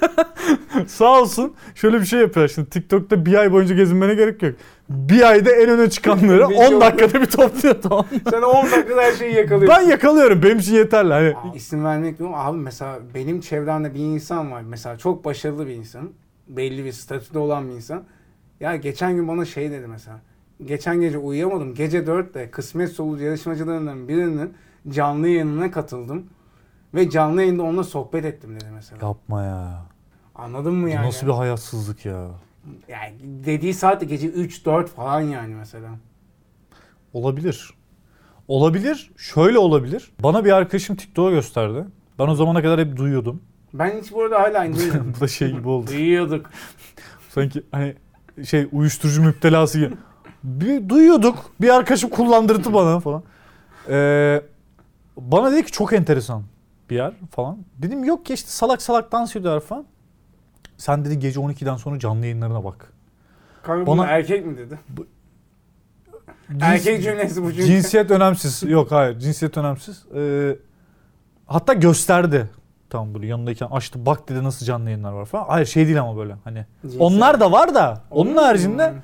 S3: Sağ olsun şöyle bir şey yapıyor şimdi. TikTok'ta bir ay boyunca gezinmene gerek yok. Bir ayda en öne çıkanları
S4: Video-
S3: 10 dakikada bir topluyor tamam mı?
S4: Sen 10 dakikada her şeyi
S3: Ben
S4: yakalıyorsun.
S3: yakalıyorum. Benim için yeterli. Hani
S4: Aa, isim vermek yok. Abi mesela benim çevremde bir insan var. Mesela çok başarılı bir insan. Belli bir statüde olan bir insan. Ya geçen gün bana şey dedi mesela. Geçen gece uyuyamadım. Gece 4'te Kısmet Solucu yarışmacılarından birinin canlı yayınına katıldım. Ve canlı yayında onunla sohbet ettim dedi mesela.
S3: yapma ya.
S4: Anladın mı
S3: Bu
S4: yani?
S3: Nasıl bir hayatsızlık ya.
S4: Yani dediği saat de gece 3-4 falan yani mesela.
S3: Olabilir. Olabilir. Şöyle olabilir. Bana bir arkadaşım TikTok'u gösterdi. Ben o zamana kadar hep duyuyordum.
S4: Ben hiç bu arada hala indirmedim.
S3: Bu da şey gibi oldu.
S4: Duyuyorduk.
S3: Sanki hani şey uyuşturucu müptelası gibi. Bir duyuyorduk. Bir arkadaşım kullandırdı bana falan. Ee, bana dedi ki çok enteresan bir yer falan. Dedim yok ki işte salak salak dans ediyorlar falan. Sen dedi gece 12'den sonra canlı yayınlarına bak.
S4: Kanka
S3: Bana-
S4: bunu erkek mi dedi?
S3: Cins-
S4: Erkek cümlesi bu çünkü.
S3: Cinsiyet önemsiz. Yok hayır cinsiyet önemsiz. Ee, hatta gösterdi. Tam böyle yanındayken açtı bak dedi nasıl canlı yayınlar var falan. Hayır şey değil ama böyle hani.
S4: Cinsiyet.
S3: Onlar da var da onun haricinde
S4: Hmm.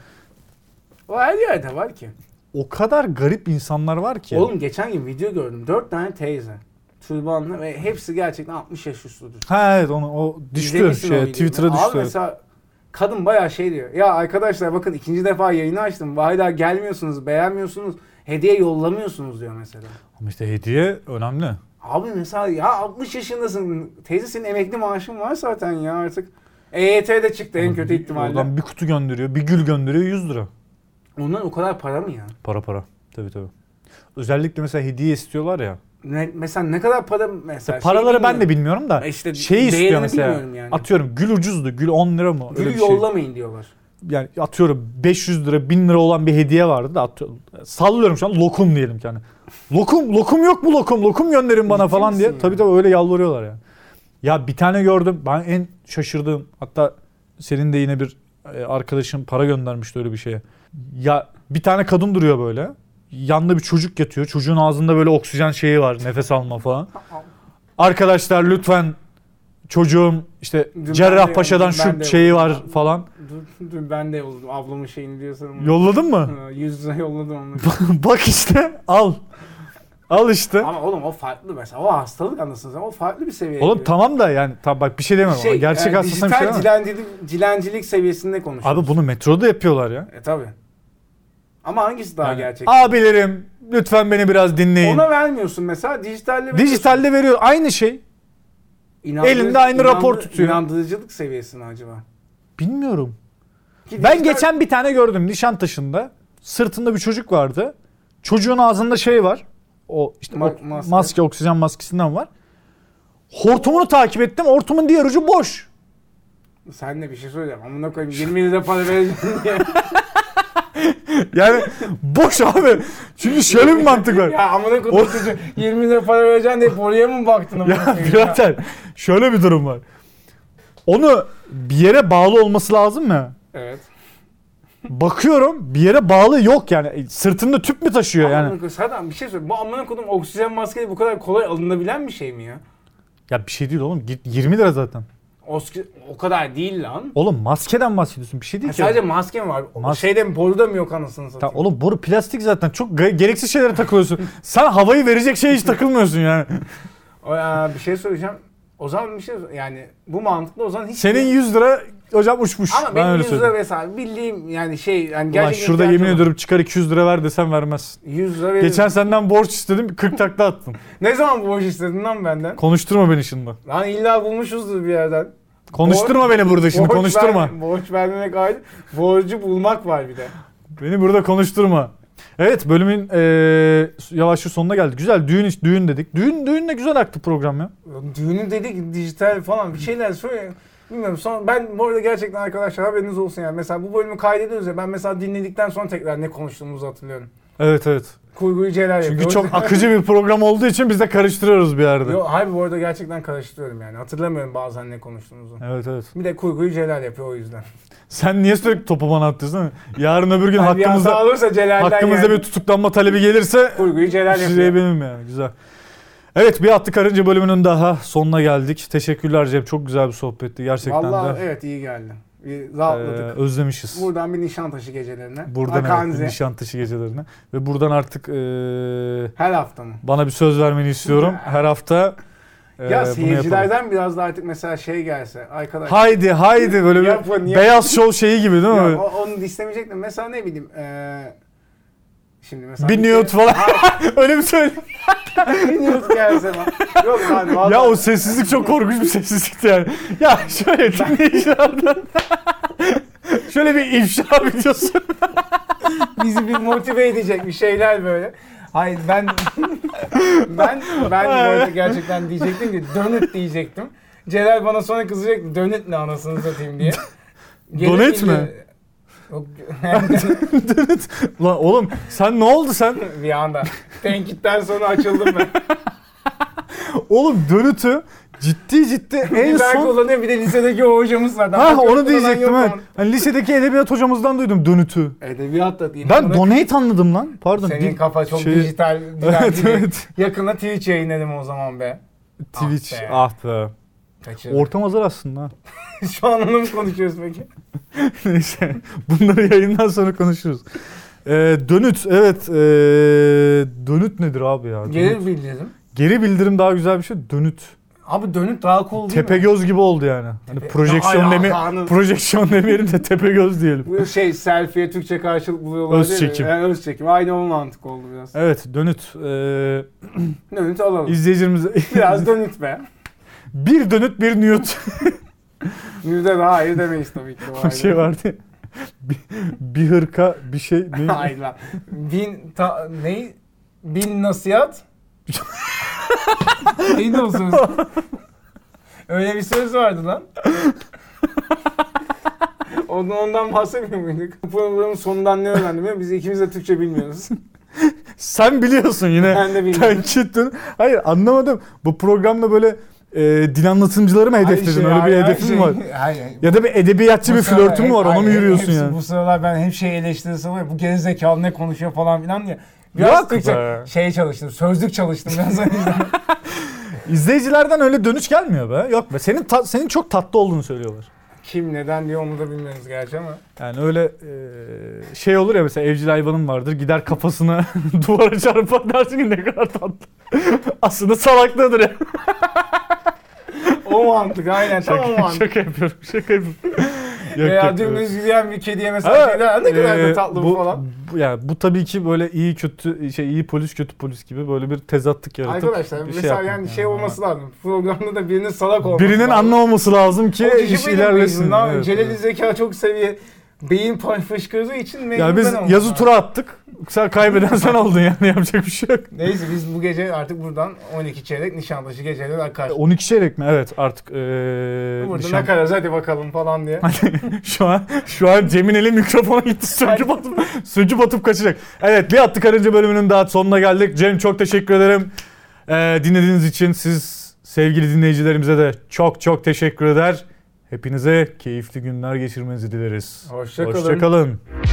S4: O her yerde var ki.
S3: o kadar garip insanlar var ki.
S4: Oğlum geçen gün video gördüm. Dört tane teyze. Türbanlı ve hepsi gerçekten 60 yaş üstüdür.
S3: Ha evet onu o düştü
S4: İzlemişsin o
S3: şey
S4: videoyu.
S3: Twitter'a
S4: Abi
S3: düştü.
S4: mesela kadın bayağı şey diyor. Ya arkadaşlar bakın ikinci defa yayını açtım. Hala gelmiyorsunuz, beğenmiyorsunuz. Hediye yollamıyorsunuz diyor mesela.
S3: Ama işte hediye önemli.
S4: Abi mesela ya 60 yaşındasın. Teyze senin emekli maaşın var zaten ya artık. EYT de çıktı en kötü ihtimalle.
S3: Oradan bir kutu gönderiyor, bir gül gönderiyor 100 lira.
S4: Ondan o kadar para mı ya?
S3: Para para. Tabii tabii. Özellikle mesela hediye istiyorlar ya.
S4: Ne, mesela ne kadar para mesela? şey
S3: Paraları ben de
S4: bilmiyorum.
S3: bilmiyorum da
S4: E işte
S3: şeyi istiyor
S4: değerini
S3: mesela.
S4: bilmiyorum yani.
S3: Atıyorum gül ucuzdu. Gül 10 lira mı? Öyle
S4: Gül
S3: bir şey.
S4: yollamayın diyorlar.
S3: yani atıyorum 500 lira 1000 lira olan bir hediye vardı da atıyorum, sallıyorum şu an lokum diyelim ki hani. Lokum lokum yok mu lokum lokum gönderin bana falan diye. Tabii tabii öyle yalvarıyorlar yani. Ya bir tane gördüm ben en şaşırdığım hatta senin de yine bir e, arkadaşın para göndermişti öyle bir şeye. Ya bir tane kadın duruyor böyle. Yanında bir çocuk yatıyor. Çocuğun ağzında böyle oksijen şeyi var. Nefes alma falan. Arkadaşlar lütfen çocuğum işte
S4: Dün ben de
S3: Cerrahpaşa'dan
S4: yolladım, ben
S3: şu
S4: de
S3: şeyi var
S4: yolladım.
S3: falan.
S4: Dur, dur ben de yolladım. Ablamın şeyini diyorsan. onu-
S3: Yolladın mı?
S4: Ee, Yüz lira yolladım onu.
S3: Bak işte al. Al işte.
S4: Ama oğlum o farklı mesela. O hastalık anlasın sen. O farklı bir seviye.
S3: Oğlum
S4: giriyor.
S3: tamam da yani tam bak bir şey demem ama
S4: Şey,
S3: gerçek
S4: yani
S3: hastasına bir şey
S4: dijital
S3: demem.
S4: cilencilik, cilencilik seviyesinde konuşuyoruz.
S3: Abi bunu metroda yapıyorlar ya.
S4: E tabi. Ama hangisi daha
S3: Yani,
S4: gerçek?
S3: Abilerim lütfen beni biraz dinleyin.
S4: Ona vermiyorsun mesela dijitalle veriyorsun.
S3: Dijitalde veriyor aynı şey.
S4: İnandı-
S3: elinde aynı
S4: inandı-
S3: rapor tutuyor.
S4: İnandırıcılık seviyesi mi acaba?
S3: Bilmiyorum.
S4: Ki
S3: Ben
S4: dijital-
S3: geçen bir tane gördüm Nişantaşı'nda. Sırtında bir çocuk vardı. Çocuğun ağzında şey var. O işte
S4: Ma-
S3: ok- maske.
S4: maske.
S3: oksijen maskesinden var. Hortumunu takip ettim. Hortumun diğer ucu boş.
S4: Sen de bir şey söyleyeceğim. Amına koyayım 20 lira para vereceğim diye.
S3: Yani boş abi. Çünkü şöyle bir mantık var.
S4: ya amına koyayım çocuğu 20 lira para vereceğim diye oraya mı baktın amına
S3: Ya
S4: koyayım ya?
S3: birader şöyle bir durum var. Onu bir yere bağlı olması lazım mı?
S4: Evet.
S3: Bakıyorum bir yere bağlı yok yani. E, Sırtında tüp mü taşıyor
S4: Amına
S3: yani?
S4: koyayım Sadam bir şey söyle. Bu amına koyduğum oksijen maskesi bu kadar kolay alınabilen bir şey mi ya?
S3: Ya bir şey değil oğlum. Git 20 lira zaten.
S4: Oski- o kadar değil lan.
S3: Oğlum maskeden bahsediyorsun. Bir şey değil
S4: Ya
S3: ki.
S4: sadece maske mi var? şey
S3: Mas-
S4: Mas- Şeyde mi boruda mı yok anasını
S3: Ya
S4: satayım?
S3: oğlum boru plastik zaten. Çok ge- gereksiz şeylere takılıyorsun. Sen havayı verecek şeye hiç takılmıyorsun yani.
S4: O, aa, bir şey söyleyeceğim. O zaman bir şey yani bu mantıklı o zaman hiç
S3: Senin 100 lira hocam uçmuş.
S4: ama
S3: ben
S4: benim
S3: öyle
S4: 100 lira
S3: söyleyeyim.
S4: vesaire bildiğim yani şey yani
S3: Ulan
S4: gerçekten
S3: şurada yemin
S4: ihtiyacım var.
S3: ediyorum çıkar 200 lira ver desem vermezsin.
S4: 100 lira veririm.
S3: Geçen senden borç istedim 40 takla attın.
S4: Ne zaman bu borç istedin lan benden?
S3: Konuşturma beni şimdi.
S4: Lan illa bulmuşuzdur bir yerden.
S3: Konuşturma beni burada şimdi
S4: Borç
S3: konuşturma.
S4: ver- borç vermemek ayrı. Borcu bulmak var bir de.
S3: Beni burada konuşturma. Evet bölümün eee yavaş yavaş sonuna geldik. Güzel düğün iş- düğün dedik. Düğün düğün ne güzel aktı program ya.
S4: Düğünü dedik dijital falan bir şeyler söyle. Bilmiyorum son ben bu arada gerçekten arkadaşlar haberiniz olsun yani. Mesela bu bölümü kaydediyoruz ya ben mesela dinledikten sonra tekrar ne konuştuğumuzu hatırlıyorum.
S3: Evet evet.
S4: Kurguyu Celal yapıyor.
S3: Çünkü çok akıcı bir program olduğu için biz de karıştırıyoruz bir yerde.
S4: Yok harbi bu arada gerçekten karıştırıyorum yani. Hatırlamıyorum bazen ne konuştuğumuzu.
S3: Evet evet.
S4: Bir de kurguyu Celal yapıyor o yüzden.
S3: Sen niye sürekli topu bana atıyorsun? Yarın öbür gün
S4: Hakkımızda, bir hata
S3: hakkımızda
S4: olursa Celal'den
S3: hakkımızda
S4: yani.
S3: bir tutuklanma talebi gelirse
S4: Kurguyu Celal
S3: Şuraya
S4: yapıyor.
S3: benim yani güzel. Evet bir attı karınca bölümünün daha sonuna geldik. Teşekkürler Cem. Çok güzel bir sohbetti gerçekten
S4: Vallahi
S3: de.
S4: evet iyi geldi. Bir
S3: Ee,
S4: rahatladık.
S3: özlemişiz.
S4: Buradan bir Nişantaşı gecelerine.
S3: Buradan evet,
S4: Hakanze.
S3: Nişantaşı gecelerine. Ve buradan artık eee,
S4: Her hafta mı?
S3: bana bir söz vermeni istiyorum. Her hafta eee,
S4: ya
S3: Ee, bunu yapalım.
S4: seyircilerden biraz da artık mesela şey gelse arkadaş.
S3: Haydi haydi böyle bir
S4: Yapın, yapın.
S3: beyaz şov şeyi gibi değil
S4: Ya
S3: mi?
S4: o- onu istemeyecektim. Mesela ne bileyim. eee şimdi mesela.
S3: bir nude falan. Öyle bir söyle.
S4: bir nude gelse falan. Yok abi vallahi.
S3: Ya o sessizlik çok korkunç bir sessizlikti yani. Ya şöyle dinleyicilerden. şöyle bir ifşa videosu.
S4: bizi bir motive edecek bir şeyler böyle. Hayır ben ben ben bu arada gerçekten diyecektim ki dönüt diyecektim. Celal bana sonra kızacak dönüt ne anasını satayım diye. Gelip
S3: Donate
S4: yine-
S3: mi?
S4: Yok,
S3: Lan oğlum sen ne oldu sen?
S4: bir anda. Tenkitten sonra açıldım ben.
S3: Oğlum dönütü ciddi ciddi en
S4: bir ben
S3: son...
S4: kullanıyorum bir de lisedeki o hocamız var.
S3: Ha
S4: Daha
S3: onu
S4: kullanan
S3: diyecektim
S4: yok
S3: evet.
S4: lan.
S3: Hani lisedeki edebiyat hocamızdan duydum dönütü.
S4: Edebiyat da değil.
S3: Ben
S4: Ona-
S3: donate anladım lan. Pardon.
S4: Senin
S3: Di-
S4: kafa çok
S3: şey-
S4: dijital.
S3: Evet
S4: dilenci.
S3: evet.
S4: Yakında Twitch yayınladım o zaman be.
S3: Twitch.
S4: Ah be.
S3: Ah be.
S4: Kaçırdım.
S3: Ortam hazır aslında. ha.
S4: Şu an onu mu konuşuyoruz peki?
S3: Neyse. Bunları yayından sonra konuşuruz. Ee, dönüt. Evet. ee, dönüt nedir abi ya? Dönüt.
S4: Gelir bildirim.
S3: Geri bildirim daha güzel bir şey. Dönüt.
S4: Abi dönüp daha cool değil
S3: Tepe
S4: mi?
S3: göz gibi oldu yani. Hani
S4: Tepe-
S3: projeksiyon
S4: Ya
S3: deme
S4: Allah'ını-
S3: projeksiyon demeyelim de tepe göz diyelim.
S4: Bu şey selfie'ye Türkçe karşılık buluyorlar
S3: Öz
S4: değil mi?
S3: çekim.
S4: Yani öz çekim. Aynı o mantık oldu biraz.
S3: Evet dönüt. Ee,
S4: Dönüt alalım.
S3: izleyicilerimize
S4: Biraz dönüt be.
S3: bir dönüt bir nude
S4: Yüzde de hayır demeyiz tabii ki.
S3: bir şey vardı. ya. bir, bir hırka bir şey ne?
S4: Hayır lan. Bin ta, ne? Bin nasihat? Neydi o söz? Öyle bir söz vardı lan. Ondan, ondan bahsetmiyor muyduk? Bu Programın sonundan ne öğrendim ya? Biz ikimiz de Türkçe bilmiyoruz.
S3: Sen biliyorsun yine.
S4: Ben de bilmiyorum.
S3: Tenkittin. Hayır anlamadım. Bu programda böyle e, din anlatımcıları mı hedefledin?
S4: Hayır, şey,
S3: Öyle bir
S4: hayır,
S3: hedefin
S4: hayır,
S3: mi var?
S4: şey, Hayır.
S3: Ya da bir edebiyatçı bir
S4: Bu sıralar
S3: flörtün mü
S4: hep-
S3: var? Ona mı
S4: hayır,
S3: yürüyorsun
S4: hepsi-
S3: yani?
S4: Bu sıralar ben hep şey eleştirisi var ya, bu gerizekalı ne konuşuyor falan filan diye. Biraz
S3: Yok
S4: Türkçe
S3: be.
S4: şey çalıştım, sözlük çalıştım biraz.
S3: İzleyicilerden öyle dönüş gelmiyor be. Yok be. Senin ta- senin çok tatlı olduğunu söylüyorlar.
S4: Kim neden diyor onu da bilmiyoruz gerçi ama.
S3: Yani öyle e, şey olur ya mesela evcil hayvanın vardır gider kafasını duvara çarpar dersin ki ne kadar tatlı. Aslında salaklığıdır ya.
S4: O mantık aynen tam o
S3: Şaka,
S4: mantık.
S3: şaka yapıyorum şaka yapıyorum. Yok,
S4: Veya
S3: yok, evet.
S4: dümdüz yürüyen bir kediye mesela
S3: Ama,
S4: şeyler, ne kadar
S3: e,
S4: da tatlı bu, falan.
S3: Bu, yani bu tabii ki böyle iyi kötü şey iyi polis kötü polis gibi böyle bir tezatlık yaratıp
S4: Arkadaşlar
S3: bir şey
S4: mesela
S3: yapmak
S4: yani şey olması lazım. Programda da birinin salak olması
S3: Birinin
S4: lazım.
S3: anlamaması lazım ki
S4: O
S3: iş
S4: kişi benim
S3: ilerlesin.
S4: mecnun abi.
S3: Evet,
S4: Celal
S3: evet.
S4: Zeka çok seviye beyin pan- fışkırdığı için mecnun
S3: Ya
S4: ben
S3: biz
S4: oldum
S3: yazı
S4: abi.
S3: tura attık. Sen kaybeden sen oldun yani yapacak bir şey yok.
S4: Neyse biz bu gece artık buradan 12 çeyrek Nişantaşı geceleri akar.
S3: 12 çeyrek mi? Evet artık eee
S4: Burada
S3: nişan-
S4: ne kararız hadi bakalım falan diye.
S3: Hani şu an şu an Cem'in eli mikrofona gitti. Sözcü batıp, sözcü batıp kaçacak. Evet bir attık karınca bölümünün daha sonuna geldik. Cem çok teşekkür ederim. Ee, dinlediğiniz için siz sevgili dinleyicilerimize de çok çok teşekkür eder. Hepinize keyifli günler geçirmenizi dileriz.
S4: Hoşça kalın.
S3: Hoşça kalın.